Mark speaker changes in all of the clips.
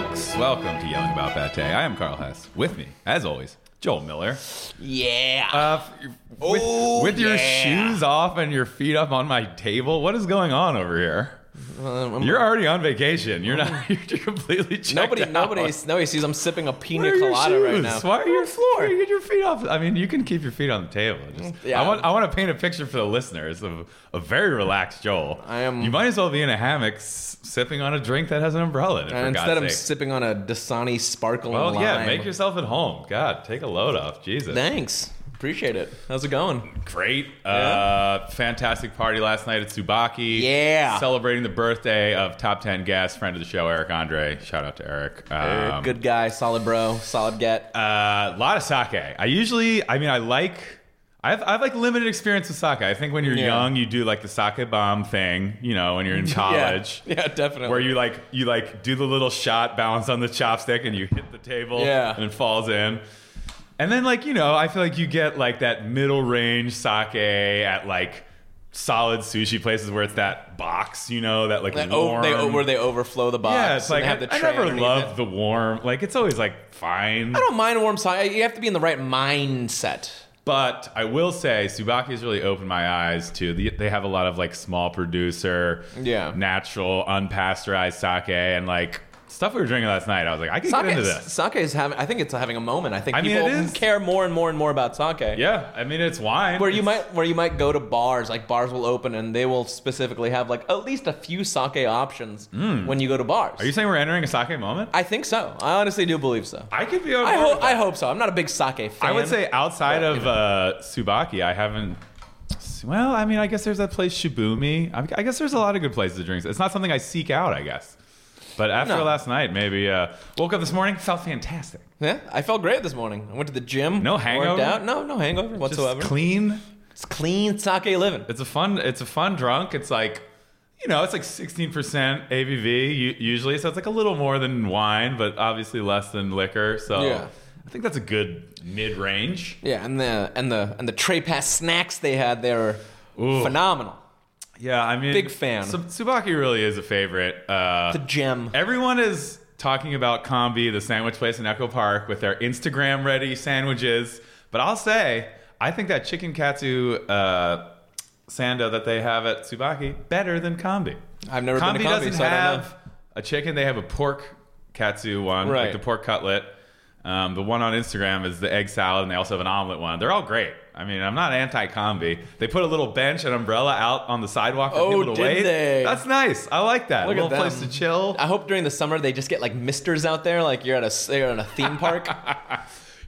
Speaker 1: Welcome to Yelling About That Day. I am Carl Hess. With me, as always, Joel Miller.
Speaker 2: Yeah.
Speaker 1: Uh, f- with
Speaker 2: Oh,
Speaker 1: with your
Speaker 2: yeah.
Speaker 1: shoes off and your feet up on my table, what is going on over here?
Speaker 2: Uh, I'm-
Speaker 1: You're already on vacation. You're not. You're completely checked
Speaker 2: nobody,
Speaker 1: out.
Speaker 2: nobody, nobody sees I'm sipping a pina
Speaker 1: Where are your
Speaker 2: colada right
Speaker 1: shoes?
Speaker 2: now.
Speaker 1: Why are your floor? Why are you get your feet off? I mean, you can keep your feet on the table. Just,
Speaker 2: Yeah.
Speaker 1: I want. I want to paint a picture for the listeners of a very relaxed Joel.
Speaker 2: I am-
Speaker 1: You might as well be in a hammock, s- sipping on a drink that has an umbrella in it. for
Speaker 2: And instead,
Speaker 1: God's
Speaker 2: I'm
Speaker 1: sake.
Speaker 2: sipping on a Dasani sparkling
Speaker 1: Well,
Speaker 2: lime.
Speaker 1: Oh, yeah. Make yourself at home. God, take a load off. Jesus.
Speaker 2: Thanks. Appreciate it. How's it going?
Speaker 1: Great. Uh, fantastic party last night at Tsubaki.
Speaker 2: Yeah.
Speaker 1: Celebrating the birthday of top 10 guest, friend of the show, Eric Andre. Shout out to Eric. Um,
Speaker 2: Good guy, solid bro, solid get.
Speaker 1: A lot of sake. I usually, I mean, I like. I've, I've like limited experience with sake. I think when you're
Speaker 2: Yeah.
Speaker 1: young, you do like the sake bomb thing, you know, when you're in college,
Speaker 2: Yeah, yeah definitely.
Speaker 1: where you like you like do the little shot, balance on the chopstick, and you hit the table,
Speaker 2: Yeah.
Speaker 1: and it falls in. And then like you know, I feel like you get like that middle range sake at like solid sushi places where it's that box, you know, that like
Speaker 2: That o-
Speaker 1: warm.
Speaker 2: they, o- where they overflow the box.
Speaker 1: yeah, it's
Speaker 2: and
Speaker 1: like
Speaker 2: they have the
Speaker 1: I, I
Speaker 2: tray
Speaker 1: never
Speaker 2: underneath
Speaker 1: love
Speaker 2: it.
Speaker 1: the warm. Like it's always like fine.
Speaker 2: I don't mind warm sake. You have to be in the right mindset.
Speaker 1: But I will say, Subaki's really opened my eyes to. The, they have a lot of like small producer,
Speaker 2: Yeah.
Speaker 1: natural, unpasteurized sake, and like stuff we were drinking last night. I was like, I can
Speaker 2: Sake,
Speaker 1: get into this.
Speaker 2: sake is having. I think it's having a moment. I think
Speaker 1: I mean,
Speaker 2: people
Speaker 1: it is.
Speaker 2: care more and more and more about sake.
Speaker 1: Yeah, I mean it's wine.
Speaker 2: where you might where you might go to bars like bars will open and they will specifically have like at least a few sake options when you go to bars
Speaker 1: Hmm. Are you saying we're entering a sake moment? I,
Speaker 2: i think so i honestly do believe so
Speaker 1: could be. on
Speaker 2: i
Speaker 1: board
Speaker 2: hope
Speaker 1: with that.
Speaker 2: i hope so i'm not a big sake fan
Speaker 1: I would say outside of uh, Subaki, I haven't. Well, I mean, I guess there's that place Shibumi. I, I guess there's a lot of good places to drink. It's not something I seek out, I guess. But after
Speaker 2: No.
Speaker 1: last night, maybe uh, woke up this morning, felt fantastic.
Speaker 2: yeah i felt great this morning i went to the gym
Speaker 1: No
Speaker 2: worked
Speaker 1: hangover?
Speaker 2: out. no no hangover
Speaker 1: Just
Speaker 2: whatsoever
Speaker 1: clean,
Speaker 2: it's clean sake living
Speaker 1: It's a fun. It's a fun drunk. It's like, you know, it's like sixteen percent ABV u- usually, so it's like a little more than wine, but obviously less than liquor. So
Speaker 2: Yeah.
Speaker 1: I think that's a good mid range.
Speaker 2: yeah and the and the and the tray pass snacks they had they were
Speaker 1: Ooh.
Speaker 2: phenomenal
Speaker 1: Yeah, I mean,
Speaker 2: Big fan.
Speaker 1: Sub- Subaki really is a favorite. Uh,
Speaker 2: the gym
Speaker 1: everyone is talking about Combi, the sandwich place in Echo Park, with their Instagram ready sandwiches. But I'll say, I think that chicken katsu uh, sando that they have at Subaki better than Combi.
Speaker 2: I've never
Speaker 1: Combi
Speaker 2: been to Combi,
Speaker 1: doesn't
Speaker 2: so I don't
Speaker 1: have
Speaker 2: know.
Speaker 1: a chicken. They have a pork katsu one, like
Speaker 2: Right.
Speaker 1: the pork cutlet. Um, the one on Instagram is the egg salad, and they also have an omelet one. They're all great. I mean, I'm not anti-combi. They put a little bench and umbrella out on the sidewalk for
Speaker 2: Oh,
Speaker 1: people to
Speaker 2: did
Speaker 1: wait.
Speaker 2: they?
Speaker 1: That's nice. I like that.
Speaker 2: Look
Speaker 1: a
Speaker 2: at
Speaker 1: little place
Speaker 2: them.
Speaker 1: to chill.
Speaker 2: I hope during the summer they just get like misters out there, like you're at a you're at a theme park.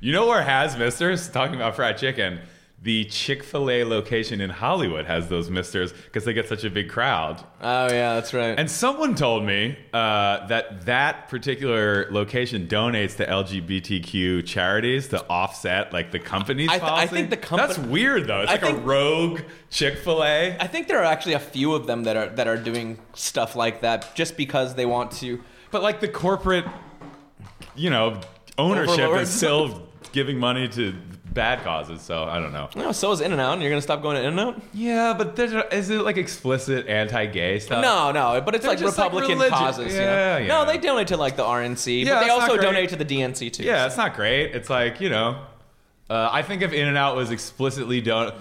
Speaker 1: You know where has misters? Talking about fried chicken. The Chick fil A location in Hollywood has those misters because they get such a big crowd.
Speaker 2: oh yeah, that's right.
Speaker 1: And someone told me uh, that that particular location donates to LGBTQ charities to offset like the company's
Speaker 2: I th- I
Speaker 1: policy.
Speaker 2: think the compa-
Speaker 1: That's weird though. It's
Speaker 2: I
Speaker 1: like a
Speaker 2: think-
Speaker 1: rogue Chick fil A.
Speaker 2: I think there are actually a few of them that are that are doing stuff like that just because they want to.
Speaker 1: But like the corporate, you know, ownership
Speaker 2: Overlords.
Speaker 1: is still giving money to bad causes. So I don't know.
Speaker 2: No, so is In and Out, and you're gonna stop going to In and Out?
Speaker 1: Yeah, but there's a- is it like explicit anti-gay stuff?
Speaker 2: No, no, but it's
Speaker 1: They're
Speaker 2: like
Speaker 1: just, like,
Speaker 2: Republican
Speaker 1: religious-
Speaker 2: causes. you know?
Speaker 1: yeah, yeah.
Speaker 2: No, they donate to like the RNC,
Speaker 1: Yeah,
Speaker 2: but they
Speaker 1: it's not
Speaker 2: also
Speaker 1: great.
Speaker 2: donate to the DNC too.
Speaker 1: Yeah, it's not great. It's like you know, uh, I think if In and Out was explicitly don-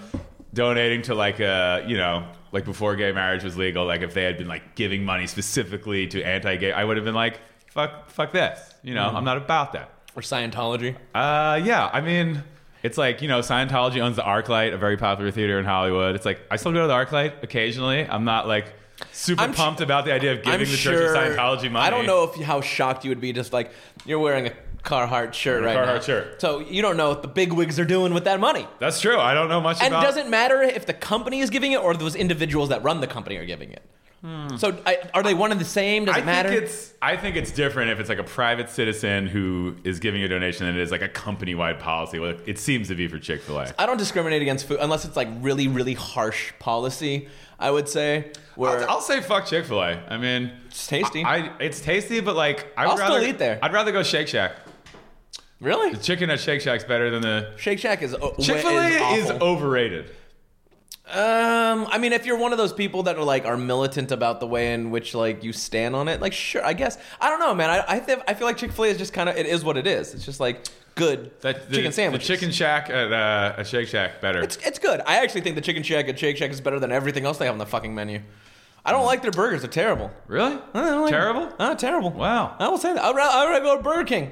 Speaker 1: donating to like a you know like before gay marriage was legal, like if they had been like giving money specifically to anti-gay, I would have been like, fuck, fuck this. You
Speaker 2: Mm-hmm.
Speaker 1: know, I'm not about that.
Speaker 2: Or Scientology.
Speaker 1: Uh, yeah, I mean, it's like you know, Scientology owns the ArcLight, a very popular theater in Hollywood. It's like I still go to the ArcLight occasionally. I'm not like super
Speaker 2: I'm sh-
Speaker 1: pumped about the idea of giving
Speaker 2: I'm
Speaker 1: the
Speaker 2: sure.
Speaker 1: Church of Scientology money.
Speaker 2: I don't know if you- how shocked you would be. Just like you're wearing a Carhartt shirt right now.
Speaker 1: Carhartt shirt.
Speaker 2: So you don't know what the big wigs are doing with that money.
Speaker 1: That's true. I don't know much
Speaker 2: And
Speaker 1: about.
Speaker 2: doesn't matter if the company is giving it or those individuals that run the company are giving it. So I, are they one and the same? Does
Speaker 1: Hmm. I
Speaker 2: it matter?
Speaker 1: think it's I think it's different if it's like a private citizen who is giving a donation than it is like a company wide policy. Well, it seems to be for Chick Fil A.
Speaker 2: I don't discriminate against food unless it's like really, really harsh policy. I would say where
Speaker 1: I'll, I'll say fuck Chick Fil A. I mean,
Speaker 2: it's tasty.
Speaker 1: I it's tasty, but like I
Speaker 2: I'll
Speaker 1: would rather
Speaker 2: still eat there.
Speaker 1: I'd rather go Shake Shack.
Speaker 2: really,
Speaker 1: Chicken at Shake Shack's better than the
Speaker 2: Shake Shack is
Speaker 1: Chick Fil A is
Speaker 2: awful.
Speaker 1: overrated.
Speaker 2: Um, I mean, if you're one of those people that are like are militant about the way in which like you stand on it, like sure, I guess I don't know, man. I I, th- I feel like Chick Fil A is just kind of it is what it is. It's just like good
Speaker 1: That, the,
Speaker 2: chicken sandwich.
Speaker 1: The chicken shack at uh, a Shake Shack better.
Speaker 2: It's it's good. I actually think the chicken shack at Shake Shack is better than everything else they have on the fucking menu. I don't like their burgers; they're terrible.
Speaker 1: really?
Speaker 2: I don't like
Speaker 1: Mm. Terrible?
Speaker 2: Oh, terrible.
Speaker 1: Wow.
Speaker 2: I will say that. I'd rather, I'd rather go to Burger King.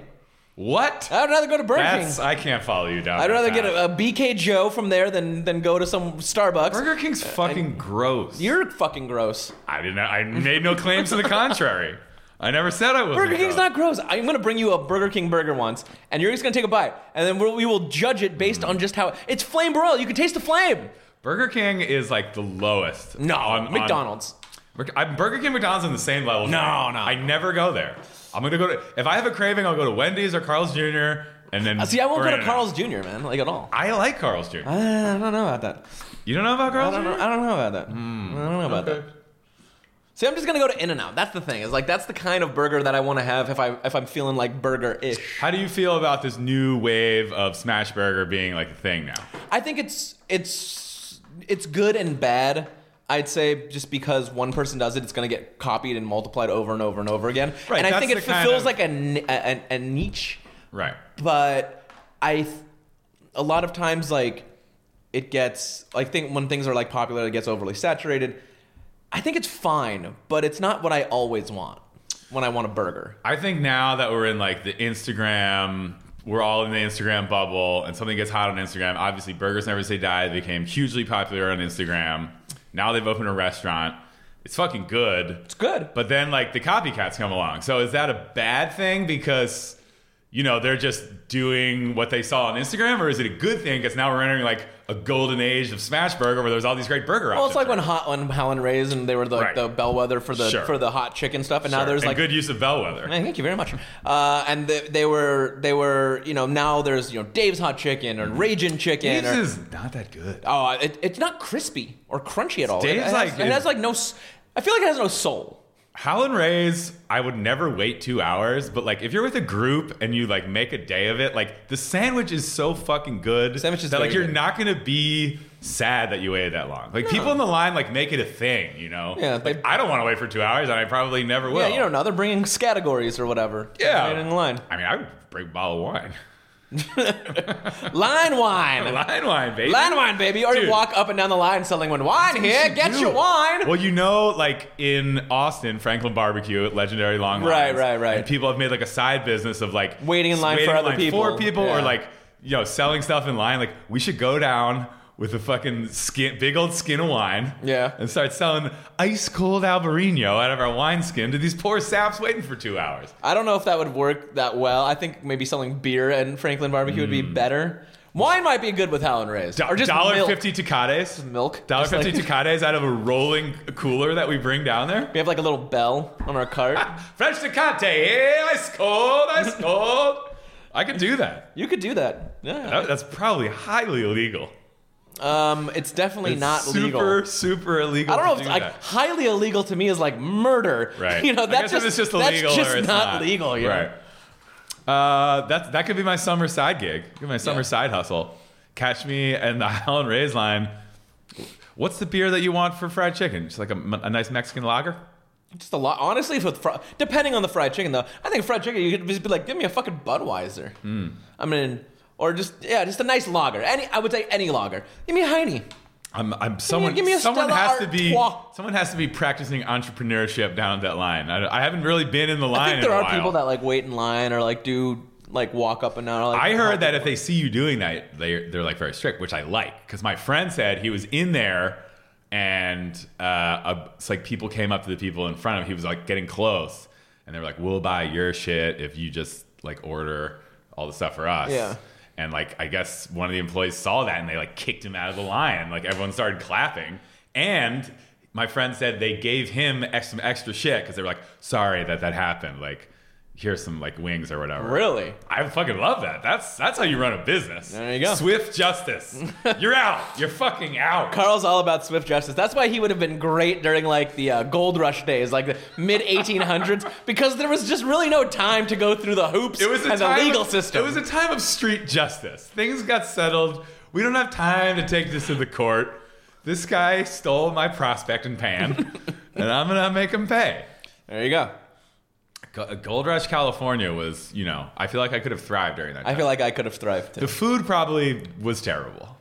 Speaker 1: What?
Speaker 2: I'd rather go to Burger
Speaker 1: That's
Speaker 2: King.
Speaker 1: I can't follow you down.
Speaker 2: I'd
Speaker 1: that
Speaker 2: rather get
Speaker 1: path.
Speaker 2: a, a BK Joe from there than than go to some Starbucks.
Speaker 1: Burger King's fucking gross.
Speaker 2: You're fucking gross.
Speaker 1: I didn't. I made no claims to the contrary. I never said I was.
Speaker 2: Burger King's not gross. I'm gonna bring you a Burger King burger once, and you're just gonna take a bite, and then we'll, we will judge it
Speaker 1: Mm.
Speaker 2: based on just how it's flame broiled. You can taste the flame.
Speaker 1: Burger King is like the lowest.
Speaker 2: No,
Speaker 1: on- on-
Speaker 2: McDonald's.
Speaker 1: Burger- I- Burger King, McDonald's on the same level. No,
Speaker 2: no.
Speaker 1: I never go there. I'm gonna go to. If I have a craving, I'll go to Wendy's or Carl's Jr. And then
Speaker 2: See, I won't
Speaker 1: or
Speaker 2: go to
Speaker 1: In-N-Out.
Speaker 2: Carl's Jr. Man, like at all.
Speaker 1: I like Carl's Jr.
Speaker 2: Uh, I don't know about that.
Speaker 1: you don't know about
Speaker 2: I
Speaker 1: Carl's
Speaker 2: don't know.
Speaker 1: Jr.
Speaker 2: I don't know about that.
Speaker 1: Hmm.
Speaker 2: I don't know about that. See, I'm just gonna go to In-N-Out. That's the thing. Is like that's the kind of burger that I want to have if I if I'm feeling like burger-ish.
Speaker 1: How do you feel about this new wave of Smash Burger being like a thing now?
Speaker 2: I think it's it's it's good and bad. I'd say just because one person does it, it's going to get copied and multiplied over and over and over again.
Speaker 1: Right,
Speaker 2: and I
Speaker 1: that's
Speaker 2: think it
Speaker 1: the kind
Speaker 2: fulfills
Speaker 1: of-
Speaker 2: like a, ni- a, a a niche,
Speaker 1: Right.
Speaker 2: but I th- a lot of times like it gets like think when things are like popular, it gets overly saturated. I think it's fine, but it's not what I always want when I want a burger.
Speaker 1: I think now that we're in like the Instagram, we're all in the Instagram bubble, and something gets hot on Instagram. Obviously, burgers never say die. They became hugely popular on Instagram. Now they've opened a restaurant. It's fucking good,
Speaker 2: It's good.
Speaker 1: but then like the copycats come along. So is that a bad thing because you know they're just doing what they saw on Instagram, or is it a good thing because now we're entering like a golden age of Smash Burger where there's all these great burger
Speaker 2: Well,
Speaker 1: options?
Speaker 2: it's like when hot when Helen Ray's and they were the,
Speaker 1: Right.
Speaker 2: the bellwether for the
Speaker 1: Sure.
Speaker 2: for the hot chicken stuff, and now
Speaker 1: Sure.
Speaker 2: there's
Speaker 1: And
Speaker 2: like
Speaker 1: good use of bellwether.
Speaker 2: Man, thank you very much. Uh, and they, they were they were you know now there's you know Dave's Hot Chicken or Ragin' Chicken.
Speaker 1: Mm-hmm. This
Speaker 2: Or,
Speaker 1: is not that good.
Speaker 2: oh, it, it's not crispy or crunchy at all. it,
Speaker 1: Dave's
Speaker 2: has,
Speaker 1: like-
Speaker 2: it has like no. s- I feel like it has no soul.
Speaker 1: Howlin' Rays, I would never wait two hours, but like if you're with a group and you like make a day of it, like the sandwich is so fucking good
Speaker 2: Sandwich is
Speaker 1: that like
Speaker 2: very
Speaker 1: you're
Speaker 2: good.
Speaker 1: not gonna be sad that you waited that long. Like people in the line like make it a thing, you know?
Speaker 2: Yeah,
Speaker 1: Like
Speaker 2: they-
Speaker 1: I don't want to wait for two hours, and I probably never will.
Speaker 2: yeah, you don't know they're bringing categories or whatever.
Speaker 1: Yeah.
Speaker 2: Right in line
Speaker 1: I mean, I would bring a bottle of wine,
Speaker 2: line wine.
Speaker 1: line wine, baby.
Speaker 2: Line wine, baby. Or you
Speaker 1: Dude.
Speaker 2: walk up and down the line selling one wine
Speaker 1: You
Speaker 2: here.
Speaker 1: should
Speaker 2: Get
Speaker 1: do
Speaker 2: your
Speaker 1: it.
Speaker 2: wine.
Speaker 1: Well, you know, like in Austin, Franklin Barbecue at Legendary Long Lines.
Speaker 2: Right, right, right.
Speaker 1: And people have made like a side business of like
Speaker 2: Waiting in line for other people.
Speaker 1: for people, or
Speaker 2: Yeah.
Speaker 1: like you know, selling stuff in line. Like we should go down with a fucking skin, big old skin of wine.
Speaker 2: Yeah.
Speaker 1: And start selling ice cold Albarino out of our wine skin to these poor saps waiting for two hours.
Speaker 2: I don't know if that would work that well. I think maybe selling beer and Franklin barbecue would be better. Wine might be good with Helen Ray's. or just
Speaker 1: Hmm. dollar
Speaker 2: milk.
Speaker 1: fifty Ducates.
Speaker 2: milk.
Speaker 1: Dollar
Speaker 2: Just like-
Speaker 1: fifty Ducates out of a rolling cooler that we bring down there.
Speaker 2: We have like a little bell on our cart.
Speaker 1: French Ducate, eh? ice cold, ice cold. I could do that.
Speaker 2: you could do that. Yeah.
Speaker 1: That- That's probably highly illegal.
Speaker 2: Um, it's definitely
Speaker 1: It's
Speaker 2: not
Speaker 1: super,
Speaker 2: legal.
Speaker 1: super illegal.
Speaker 2: I don't know
Speaker 1: to
Speaker 2: if
Speaker 1: do
Speaker 2: it's like
Speaker 1: that.
Speaker 2: highly illegal to me is like murder.
Speaker 1: Right.
Speaker 2: You know,
Speaker 1: I
Speaker 2: that's
Speaker 1: guess if
Speaker 2: just,
Speaker 1: it's just
Speaker 2: that's
Speaker 1: illegal
Speaker 2: just
Speaker 1: or it's
Speaker 2: not,
Speaker 1: not,
Speaker 2: legal. You know?
Speaker 1: Right. Uh, that that could be my summer side gig. Could be my summer
Speaker 2: Yeah.
Speaker 1: side hustle. Catch me and the Helen Rays line. What's the beer that you want for fried chicken? Just like a, a nice Mexican lager.
Speaker 2: Just a lot. Honestly, with fr- depending on the fried chicken though, I think fried chicken you could just be like, give me a fucking Budweiser.
Speaker 1: Hmm.
Speaker 2: I mean, or just yeah, just a nice lager. Any, I would say any lager. Give me a Heine.
Speaker 1: I'm, I'm someone.
Speaker 2: give me a
Speaker 1: someone
Speaker 2: Stella
Speaker 1: has to be.
Speaker 2: Artois.
Speaker 1: Someone has to be practicing entrepreneurship down at that line. I, I haven't really been in the line.
Speaker 2: I think there
Speaker 1: in a
Speaker 2: are
Speaker 1: while.
Speaker 2: people that like wait in line or like do like walk up and down. or, Like,
Speaker 1: I
Speaker 2: help
Speaker 1: heard that
Speaker 2: people.
Speaker 1: if they see you doing that, they they're like very strict, which I like because my friend said he was in there and uh, a, it's like people came up to the people in front of him. He was like getting close, and they were like, "We'll buy your shit if you just like order all the stuff for us."
Speaker 2: Yeah.
Speaker 1: And like I guess one of the employees saw that and they like kicked him out of the line. and, Like everyone started clapping and. My friend said they gave him ex- some extra shit because they were like, "Sorry that that happened. Like, here's some like wings or whatever."
Speaker 2: really.
Speaker 1: I fucking love that. That's that's how you run a business.
Speaker 2: There you go.
Speaker 1: Swift justice. You're out. You're fucking out.
Speaker 2: Carl's all about swift justice. That's why he would have been great during like the uh, gold rush days, like the mid 1800s, because there was just really no time to go through the hoops
Speaker 1: It was a
Speaker 2: and the
Speaker 1: time
Speaker 2: legal
Speaker 1: of,
Speaker 2: system.
Speaker 1: It was a time of street justice. Things got settled. We don't have time to take this to the court. this guy stole my prospect and pan, and I'm gonna make him pay.
Speaker 2: There you go.
Speaker 1: Go- Gold Rush California was, you know, I feel like I could have thrived during that.
Speaker 2: I
Speaker 1: Time.
Speaker 2: feel like I could have thrived.
Speaker 1: the food probably was terrible.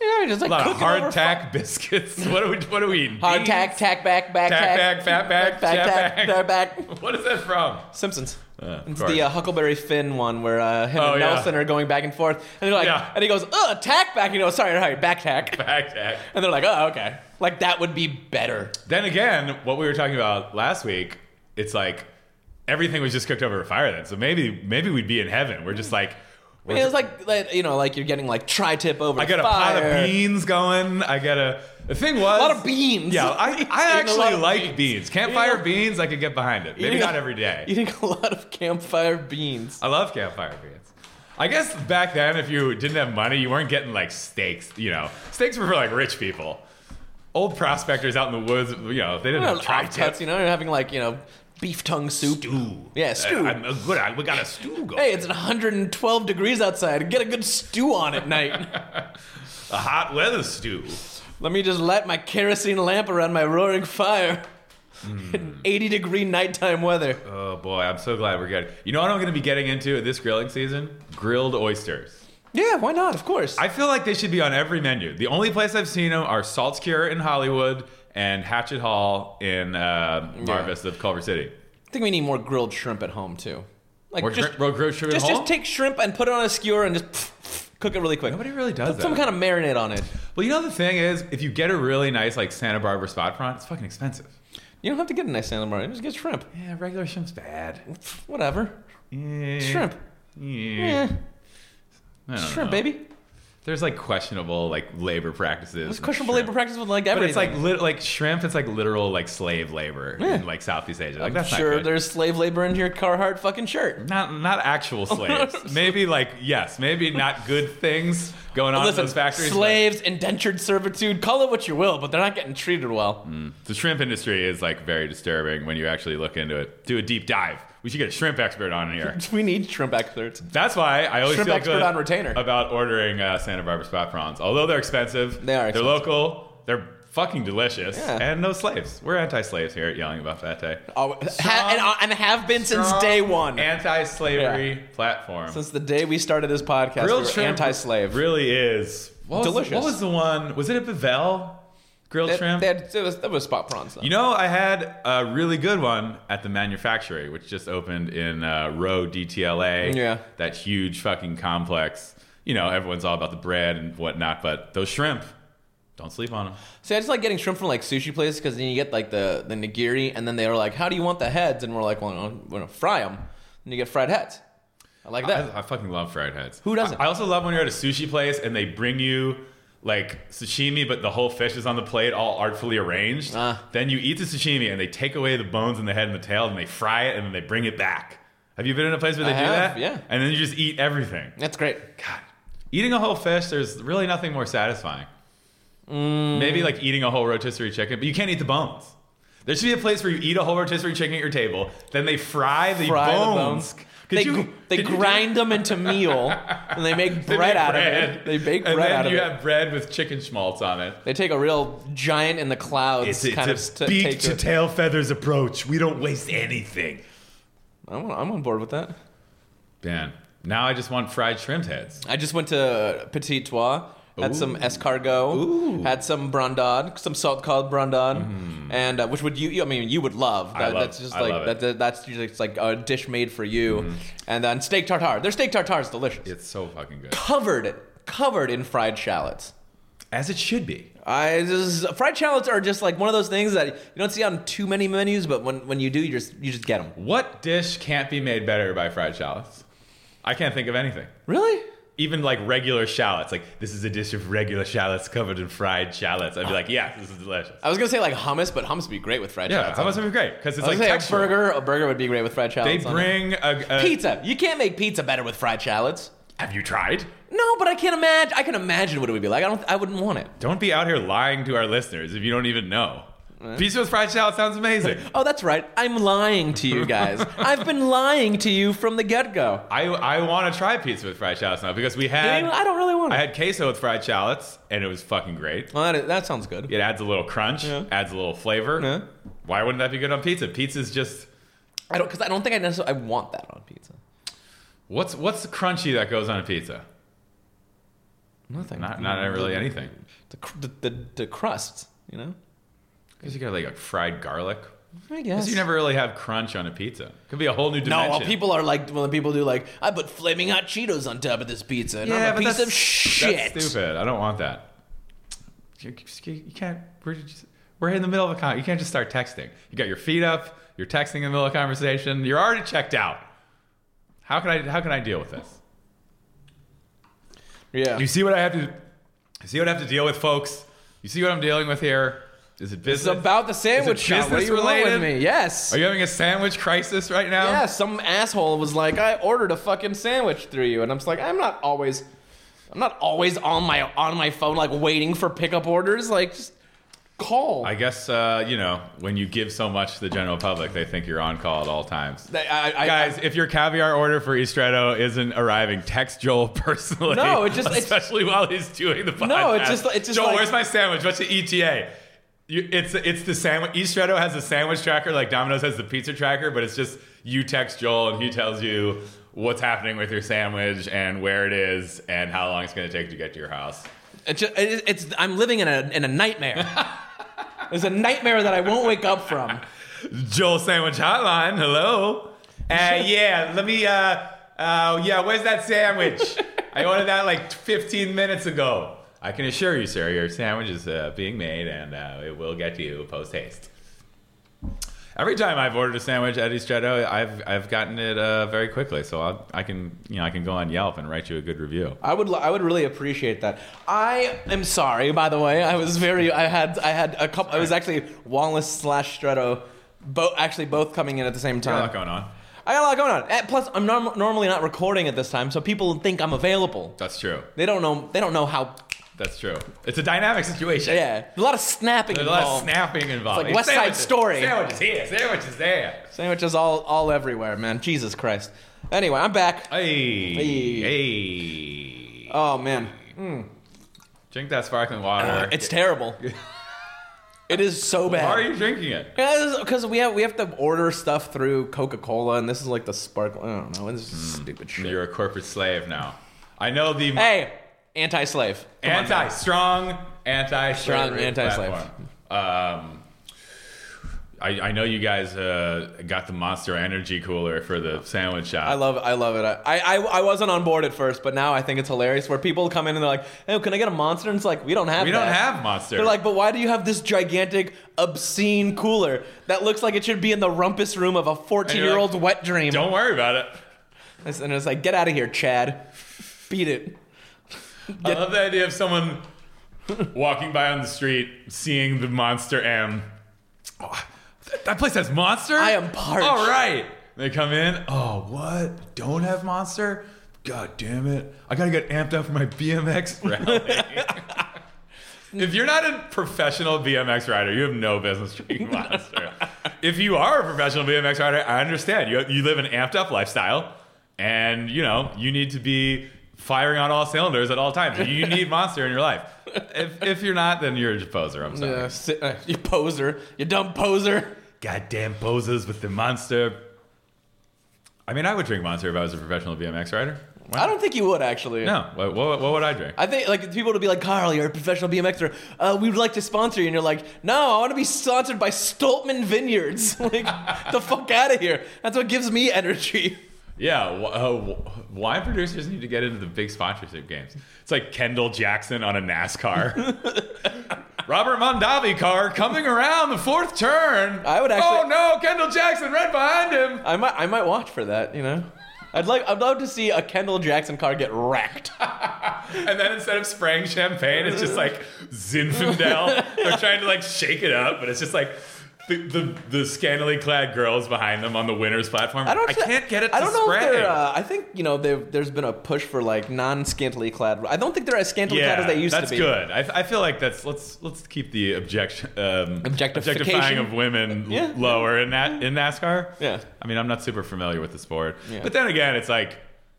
Speaker 2: yeah, just like
Speaker 1: A lot of
Speaker 2: cooking over
Speaker 1: hard
Speaker 2: fu-
Speaker 1: tack biscuits. What are we? What are we eating?
Speaker 2: hard
Speaker 1: Beans?
Speaker 2: tack, tack back, back
Speaker 1: Tack back, fat back,
Speaker 2: back,
Speaker 1: chat
Speaker 2: tack,
Speaker 1: back.
Speaker 2: back, back.
Speaker 1: What is that from?
Speaker 2: Simpsons.
Speaker 1: Uh, of
Speaker 2: It's
Speaker 1: course.
Speaker 2: the uh, Huckleberry Finn one where uh, him
Speaker 1: Oh,
Speaker 2: and
Speaker 1: yeah.
Speaker 2: Nelson are going back and forth, and they're like,
Speaker 1: Yeah.
Speaker 2: and he goes, "Ugh, tack back," you know, sorry, all right, back tack,
Speaker 1: back tack.
Speaker 2: and they're like, "Oh, okay," like that would be better.
Speaker 1: Then again, what we were talking about last week, it's like everything was just cooked over a fire then. So maybe maybe we'd be in heaven. We're just like
Speaker 2: I
Speaker 1: we're
Speaker 2: mean, it's like, like you know, like you're getting like tri-tip over.
Speaker 1: I got a pot of beans going. I got a the thing was
Speaker 2: a lot of beans.
Speaker 1: Yeah, I, I
Speaker 2: Eating a lot
Speaker 1: actually
Speaker 2: of
Speaker 1: like
Speaker 2: beans.
Speaker 1: beans. Campfire
Speaker 2: Yeah.
Speaker 1: beans, I could get behind it. Maybe
Speaker 2: Eating a-
Speaker 1: not every day.
Speaker 2: eating a lot of campfire beans.
Speaker 1: I love campfire beans. I guess back then, if you didn't have money, you weren't getting like steaks. You know, steaks were for like rich people. Old prospectors out in the woods, you know, they didn't
Speaker 2: You know,
Speaker 1: have tri
Speaker 2: offcuts, you know, you're having like you know beef tongue soup.
Speaker 1: stew.
Speaker 2: Yeah, stew.
Speaker 1: I, am good. I, we got a stew going.
Speaker 2: Hey, it's 112 degrees outside. Get a good stew on at night.
Speaker 1: a hot weather stew.
Speaker 2: Let me just light my kerosene lamp around my roaring fire.
Speaker 1: Hmm.
Speaker 2: In 80 degree nighttime weather.
Speaker 1: Oh boy, I'm so glad we're getting. You know what I'm going to be getting into this grilling season? Grilled oysters.
Speaker 2: Yeah, why not? Of course.
Speaker 1: I feel like they should be on every menu. The only place I've seen them are Salt's Cure in Hollywood and Hatchet Hall in uh, Mar
Speaker 2: Yeah.
Speaker 1: Vista of Culver City.
Speaker 2: think we need more grilled shrimp at home too. Like
Speaker 1: Or
Speaker 2: just,
Speaker 1: just, or grilled shrimp
Speaker 2: just,
Speaker 1: at
Speaker 2: just
Speaker 1: home?
Speaker 2: take shrimp and put it on a skewer and just cook it really quick.
Speaker 1: Nobody really does
Speaker 2: Put some
Speaker 1: that.
Speaker 2: kind of marinade on it.
Speaker 1: well, you know the thing is, if you get a really nice like Santa Barbara spot front, it's fucking expensive.
Speaker 2: You don't have to get a nice salmon marinade. Just get shrimp.
Speaker 1: Yeah, regular shrimp's bad.
Speaker 2: Whatever.
Speaker 1: Yeah.
Speaker 2: Shrimp.
Speaker 1: Yeah.
Speaker 2: Eh,
Speaker 1: I don't
Speaker 2: shrimp,
Speaker 1: know.
Speaker 2: baby.
Speaker 1: There's like questionable like labor practices.
Speaker 2: It's
Speaker 1: with
Speaker 2: questionable
Speaker 1: shrimp.
Speaker 2: labor practice with like
Speaker 1: But
Speaker 2: everything.
Speaker 1: it's like lit- like shrimp. It's like literal like slave labor
Speaker 2: Yeah.
Speaker 1: in like Southeast Asia. Like
Speaker 2: I'm
Speaker 1: that's
Speaker 2: sure
Speaker 1: not good.
Speaker 2: there's slave labor in your Carhartt fucking shirt.
Speaker 1: Not not actual slaves. maybe like yes, maybe not good things going on in
Speaker 2: Listen,
Speaker 1: those factories. but
Speaker 2: slaves, indentured servitude, call it what you will, but they're not getting treated well.
Speaker 1: The shrimp industry is like very disturbing when you actually look into it. Do a deep dive. We should get a shrimp expert on here.
Speaker 2: We need shrimp experts.
Speaker 1: That's why I always
Speaker 2: Shrimp
Speaker 1: feel
Speaker 2: expert
Speaker 1: good
Speaker 2: on retainer.
Speaker 1: about ordering uh, Santa Barbara spot prawns. Although they're expensive,
Speaker 2: They are
Speaker 1: They're
Speaker 2: expensive.
Speaker 1: local. They're fucking delicious.
Speaker 2: Yeah.
Speaker 1: And no slaves. We're anti-slaves here at Yelling About Fat Day.
Speaker 2: Oh,
Speaker 1: Strong-
Speaker 2: ha- and, and have been since day one.
Speaker 1: Anti-slavery platform.
Speaker 2: since the day we started this podcast, we were anti-slave.
Speaker 1: really is what was-
Speaker 2: Delicious.
Speaker 1: what was the one? Was it a Bevel grilled
Speaker 2: That-
Speaker 1: shrimp?
Speaker 2: that- that was, that was spot prawns. Though.
Speaker 1: you know, I had a really good one at the Manufactory, which just opened in uh, Row DTLA.
Speaker 2: Yeah.
Speaker 1: that huge fucking complex. You know, everyone's all about the bread and whatnot, but those shrimp, don't sleep on them.
Speaker 2: See, I just like getting shrimp from like sushi places because then you get like the, the nigiri, and then they were like, "How do you want the heads?" And we're like, "Well, we're gonna fry them." And you get fried heads. I like that.
Speaker 1: I, I fucking love fried heads.
Speaker 2: Uh, Who doesn't?
Speaker 1: I, I also love when you're at a sushi place and they bring you like sashimi, but the whole fish is on the plate, all artfully arranged.
Speaker 2: Ah.
Speaker 1: Then you eat the sashimi and they take away the bones and the head and the tail and they fry it and then they bring it back. Have you been in a place where they
Speaker 2: I
Speaker 1: do
Speaker 2: have,
Speaker 1: that?
Speaker 2: yeah.
Speaker 1: And then you just eat everything.
Speaker 2: That's great.
Speaker 1: God, eating a whole fish, there's really nothing more satisfying. Maybe like eating a whole rotisserie chicken, but you can't eat the bones. There should be a place where you eat a whole rotisserie chicken at your table, then they fry the
Speaker 2: Fry the
Speaker 1: bones.
Speaker 2: bones.
Speaker 1: Could
Speaker 2: they
Speaker 1: you-
Speaker 2: gr- they
Speaker 1: could you do
Speaker 2: grind them into meal, and they make bread
Speaker 1: They make
Speaker 2: out of
Speaker 1: bread.
Speaker 2: it. They bake
Speaker 1: and
Speaker 2: bread
Speaker 1: then
Speaker 2: out of
Speaker 1: you
Speaker 2: it.
Speaker 1: have bread with chicken schmaltz on it.
Speaker 2: They take a real giant in the clouds
Speaker 1: It's, it's
Speaker 2: kind
Speaker 1: a
Speaker 2: of st-
Speaker 1: beak
Speaker 2: take
Speaker 1: to
Speaker 2: it.
Speaker 1: tail feathers approach. We don't waste anything.
Speaker 2: I'm, on- I'm on board with that.
Speaker 1: Man, now I just want fried shrimp heads.
Speaker 2: I just went to Petit Trois. Had some
Speaker 1: Ooh.
Speaker 2: escargot,
Speaker 1: Ooh. Mm-hmm.
Speaker 2: had some brandade, some salt called brandade, and uh, which would you, you? I mean, you would love.
Speaker 1: I love-
Speaker 2: that's just
Speaker 1: I
Speaker 2: like
Speaker 1: love it. Mm-hmm.
Speaker 2: that, that- that's usually it's like a dish made for you, and then steak tartare. Their steak tartare is delicious,
Speaker 1: It's so fucking good.
Speaker 2: covered covered in fried shallots.
Speaker 1: As it should be.
Speaker 2: I just, fried shallots are just like one of those things that you don't see on too many menus, but when, when you do, you just you just get them.
Speaker 1: What dish can't be made better by fried shallots? I can't think of anything.
Speaker 2: Really?
Speaker 1: Even like regular shallots. Like, this is a dish of regular shallots covered in fried shallots. I'd be like, yeah, this is delicious.
Speaker 2: I was gonna say like hummus, but hummus would be great with fried
Speaker 1: Yeah,
Speaker 2: shallots.
Speaker 1: how about would be great? Because it's
Speaker 2: I was
Speaker 1: like
Speaker 2: gonna say
Speaker 1: textural.
Speaker 2: a burger. A burger would be great with fried
Speaker 1: They
Speaker 2: shallots. on it.
Speaker 1: bring a, a
Speaker 2: pizza. You can't make pizza better with fried shallots.
Speaker 1: Have you tried?
Speaker 2: No, but I can't imagine. I can imagine what it would be like. I don't. I wouldn't want it.
Speaker 1: Don't be out here lying to our listeners if you don't even know. Pizza with fried salad sounds amazing.
Speaker 2: Oh, that's right. I'm lying to you guys. I've been lying to you from the get go.
Speaker 1: I, I want to try pizza with fried shallots now because we
Speaker 2: I
Speaker 1: had
Speaker 2: don't really want
Speaker 1: I
Speaker 2: to.
Speaker 1: had queso with fried shallots and it was fucking great.
Speaker 2: Well, that, that sounds good.
Speaker 1: It adds a little crunch,
Speaker 2: Yeah.
Speaker 1: adds a little flavor.
Speaker 2: Yeah.
Speaker 1: Why wouldn't that be good on pizza? Pizza's just
Speaker 2: I don't because I don't think I necessarily I want that on pizza.
Speaker 1: what's what's the crunchy that goes on a pizza?
Speaker 2: Nothing.
Speaker 1: Not not really
Speaker 2: Mm-hmm.
Speaker 1: anything.
Speaker 2: The cr- the, the, the crust, you know.
Speaker 1: Because you got like, like fried garlic.
Speaker 2: I
Speaker 1: Because
Speaker 2: guess
Speaker 1: you never really have crunch on a pizza. Could be a whole new
Speaker 2: No,
Speaker 1: dimension.
Speaker 2: well, people are like when people do like I put flaming hot Cheetos on top of this pizza and I'm a piece of shit.
Speaker 1: That's stupid. I don't want that. You, you- you can't. We're, just, we're in the middle of a con. You can't just start texting. You got your feet up. You're texting in the middle of a conversation. You're already checked out. How can I? How can I deal with this?
Speaker 2: Yeah.
Speaker 1: You see what I have to. You see what I have to deal with, folks. You see what I'm dealing with here. Is it
Speaker 2: It's
Speaker 1: business?
Speaker 2: about the sandwich shop. What do
Speaker 1: business
Speaker 2: you want with
Speaker 1: related?
Speaker 2: me? Yes.
Speaker 1: Are you having a sandwich crisis right now?
Speaker 2: yeah, some asshole was like, I ordered a fucking sandwich through you, and I'm just like, I'm not always, I'm not always on my on my phone like waiting for pickup orders. Like, just call.
Speaker 1: I
Speaker 2: I,
Speaker 1: guess uh, you know when you give so much to the general public, they think you're on call at all times.
Speaker 2: I, I,
Speaker 1: Guys, if your caviar order for Estretto isn't arriving, text Joel personally.
Speaker 2: No, it just- it's-
Speaker 1: especially while he's doing the podcast.
Speaker 2: No, it's just- it's just
Speaker 1: Joel,
Speaker 2: like-
Speaker 1: where's my sandwich? What's the ETA? You, it's it's the sandwich. Estretto has the sandwich tracker, like Domino's has the pizza tracker, but it's just you text Joel and he tells you what's happening with your sandwich and where it is and how long it's going to take to get to your house.
Speaker 2: It's, just, it, it's I'm living in a in a nightmare. There's a nightmare that I won't wake up from.
Speaker 1: Joel Sandwich Hotline. Hello. Uh, yeah, let me. Uh, uh, yeah, where's that sandwich? I ordered that like 15 minutes ago. I can assure you, sir, your sandwich is uh, being made and uh, it will get to you post haste. Every time I've ordered a sandwich at Estretto, I've I've gotten it uh, very quickly, so I'll, I can you know I can go on Yelp and write you a good review.
Speaker 2: I would li- I would really appreciate that. I am sorry, by the way. I was very I had I had a couple. I was actually Wallace slash Stretto, both actually both coming in at the same
Speaker 1: Got a
Speaker 2: time.
Speaker 1: lot going on.
Speaker 2: I got a lot going on. Eh, Plus, I'm norm- normally not recording at this time, so people think I'm available.
Speaker 1: That's true.
Speaker 2: They don't know. They don't know how.
Speaker 1: That's true. It's a dynamic situation.
Speaker 2: Yeah, a lot of snapping
Speaker 1: There's a lot of
Speaker 2: involved.
Speaker 1: snapping involved.
Speaker 2: like West Side
Speaker 1: Sandwiches.
Speaker 2: Story.
Speaker 1: Sandwiches here, sandwiches there.
Speaker 2: Sandwiches all all everywhere, man. Jesus Christ. Anyway, I'm back.
Speaker 1: Hey.
Speaker 2: Hey.
Speaker 1: Hey.
Speaker 2: Oh man,
Speaker 1: Drink that sparkling water.
Speaker 2: Ah, it's terrible. it is so
Speaker 1: Why
Speaker 2: bad.
Speaker 1: are you drinking it?
Speaker 2: Because we have we have to order stuff through Coca Cola, and this is like the sparkle. I don't know. This
Speaker 1: Mm.
Speaker 2: is stupid shit.
Speaker 1: You're a corporate slave now. I know the
Speaker 2: Hey, anti-slave. Come on now.
Speaker 1: anti strong, anti
Speaker 2: Strong anti-slave.
Speaker 1: Um, I, I know you guys uh, got the Monster Energy cooler for the sandwich shop.
Speaker 2: I love it. I love it. I, I I wasn't on board at first, but now I think it's hilarious where people come in and they're like, "Hey, can I get a monster?" And it's like, "We don't have.
Speaker 1: we don't
Speaker 2: that."
Speaker 1: have Monster.
Speaker 2: They're like, "But why do you have this gigantic, obscene cooler that looks like it should be in the rumpus room of a fourteen-year-old wet dream?"
Speaker 1: don't worry about it.
Speaker 2: And it's like, "Get out of here, Chad. Beat it."
Speaker 1: I love the idea of someone walking by on the street, seeing the Monster M. Oh, that, that place has Monster?
Speaker 2: I am parched.
Speaker 1: All right. They come in. Oh, what? Don't have Monster? God damn it. I got to get amped up for my BMX rally. if you're not a professional BMX rider, you have no business drinking Monster. if you are a professional BMX rider, I understand. You, you live an amped up lifestyle and, you know, you need to be firing on all cylinders at all times. You need Monster in your life. If, if you're not, then you're a poser. I'm sorry.
Speaker 2: Uh, si- uh, you poser. You dumb poser.
Speaker 1: goddamn poses with the monster. I mean, I would drink monster if I was a professional BMX rider. Why
Speaker 2: I don't think you would actually.
Speaker 1: not? No, what, what, what would I drink?
Speaker 2: I think like people would be like, Carl, you're a professional BMXer. Uh, we would like to sponsor you, and you're like, No, I want to be sponsored by Stoltman Vineyards. like, the fuck out of here. That's what gives me energy.
Speaker 1: yeah, wh- uh, wh- wine producers need to get into the big sponsorship games. It's like Kendall Jackson on a NASCAR. Robert Mondavi car coming around the fourth turn.
Speaker 2: I would
Speaker 1: Oh
Speaker 2: actually-
Speaker 1: no, Kendall Jackson right behind him.
Speaker 2: I might, I might watch for that. You know, I'd like, I'd love to see a Kendall Jackson car get wrecked.
Speaker 1: And then instead of spraying champagne, it's just like Zinfandel. They're trying to like shake it up, but it's just like the, the the scantily clad girls behind them on the winners platform.
Speaker 2: I don't.
Speaker 1: I
Speaker 2: thi-
Speaker 1: can't get it.
Speaker 2: I
Speaker 1: to
Speaker 2: don't know
Speaker 1: spray.
Speaker 2: if they're. Uh, I think you know they've- there's been a push for like non scantily clad. I don't think they're as scantily
Speaker 1: yeah,
Speaker 2: clad as they used
Speaker 1: that's
Speaker 2: to be.
Speaker 1: good. I, I feel like that's let's let's keep the objection um,
Speaker 2: Objectification.
Speaker 1: objectifying of women
Speaker 2: Yeah.
Speaker 1: lower in that in NASCAR.
Speaker 2: Yeah.
Speaker 1: I mean I'm not super familiar with the sport,
Speaker 2: Yeah.
Speaker 1: but then again, it's like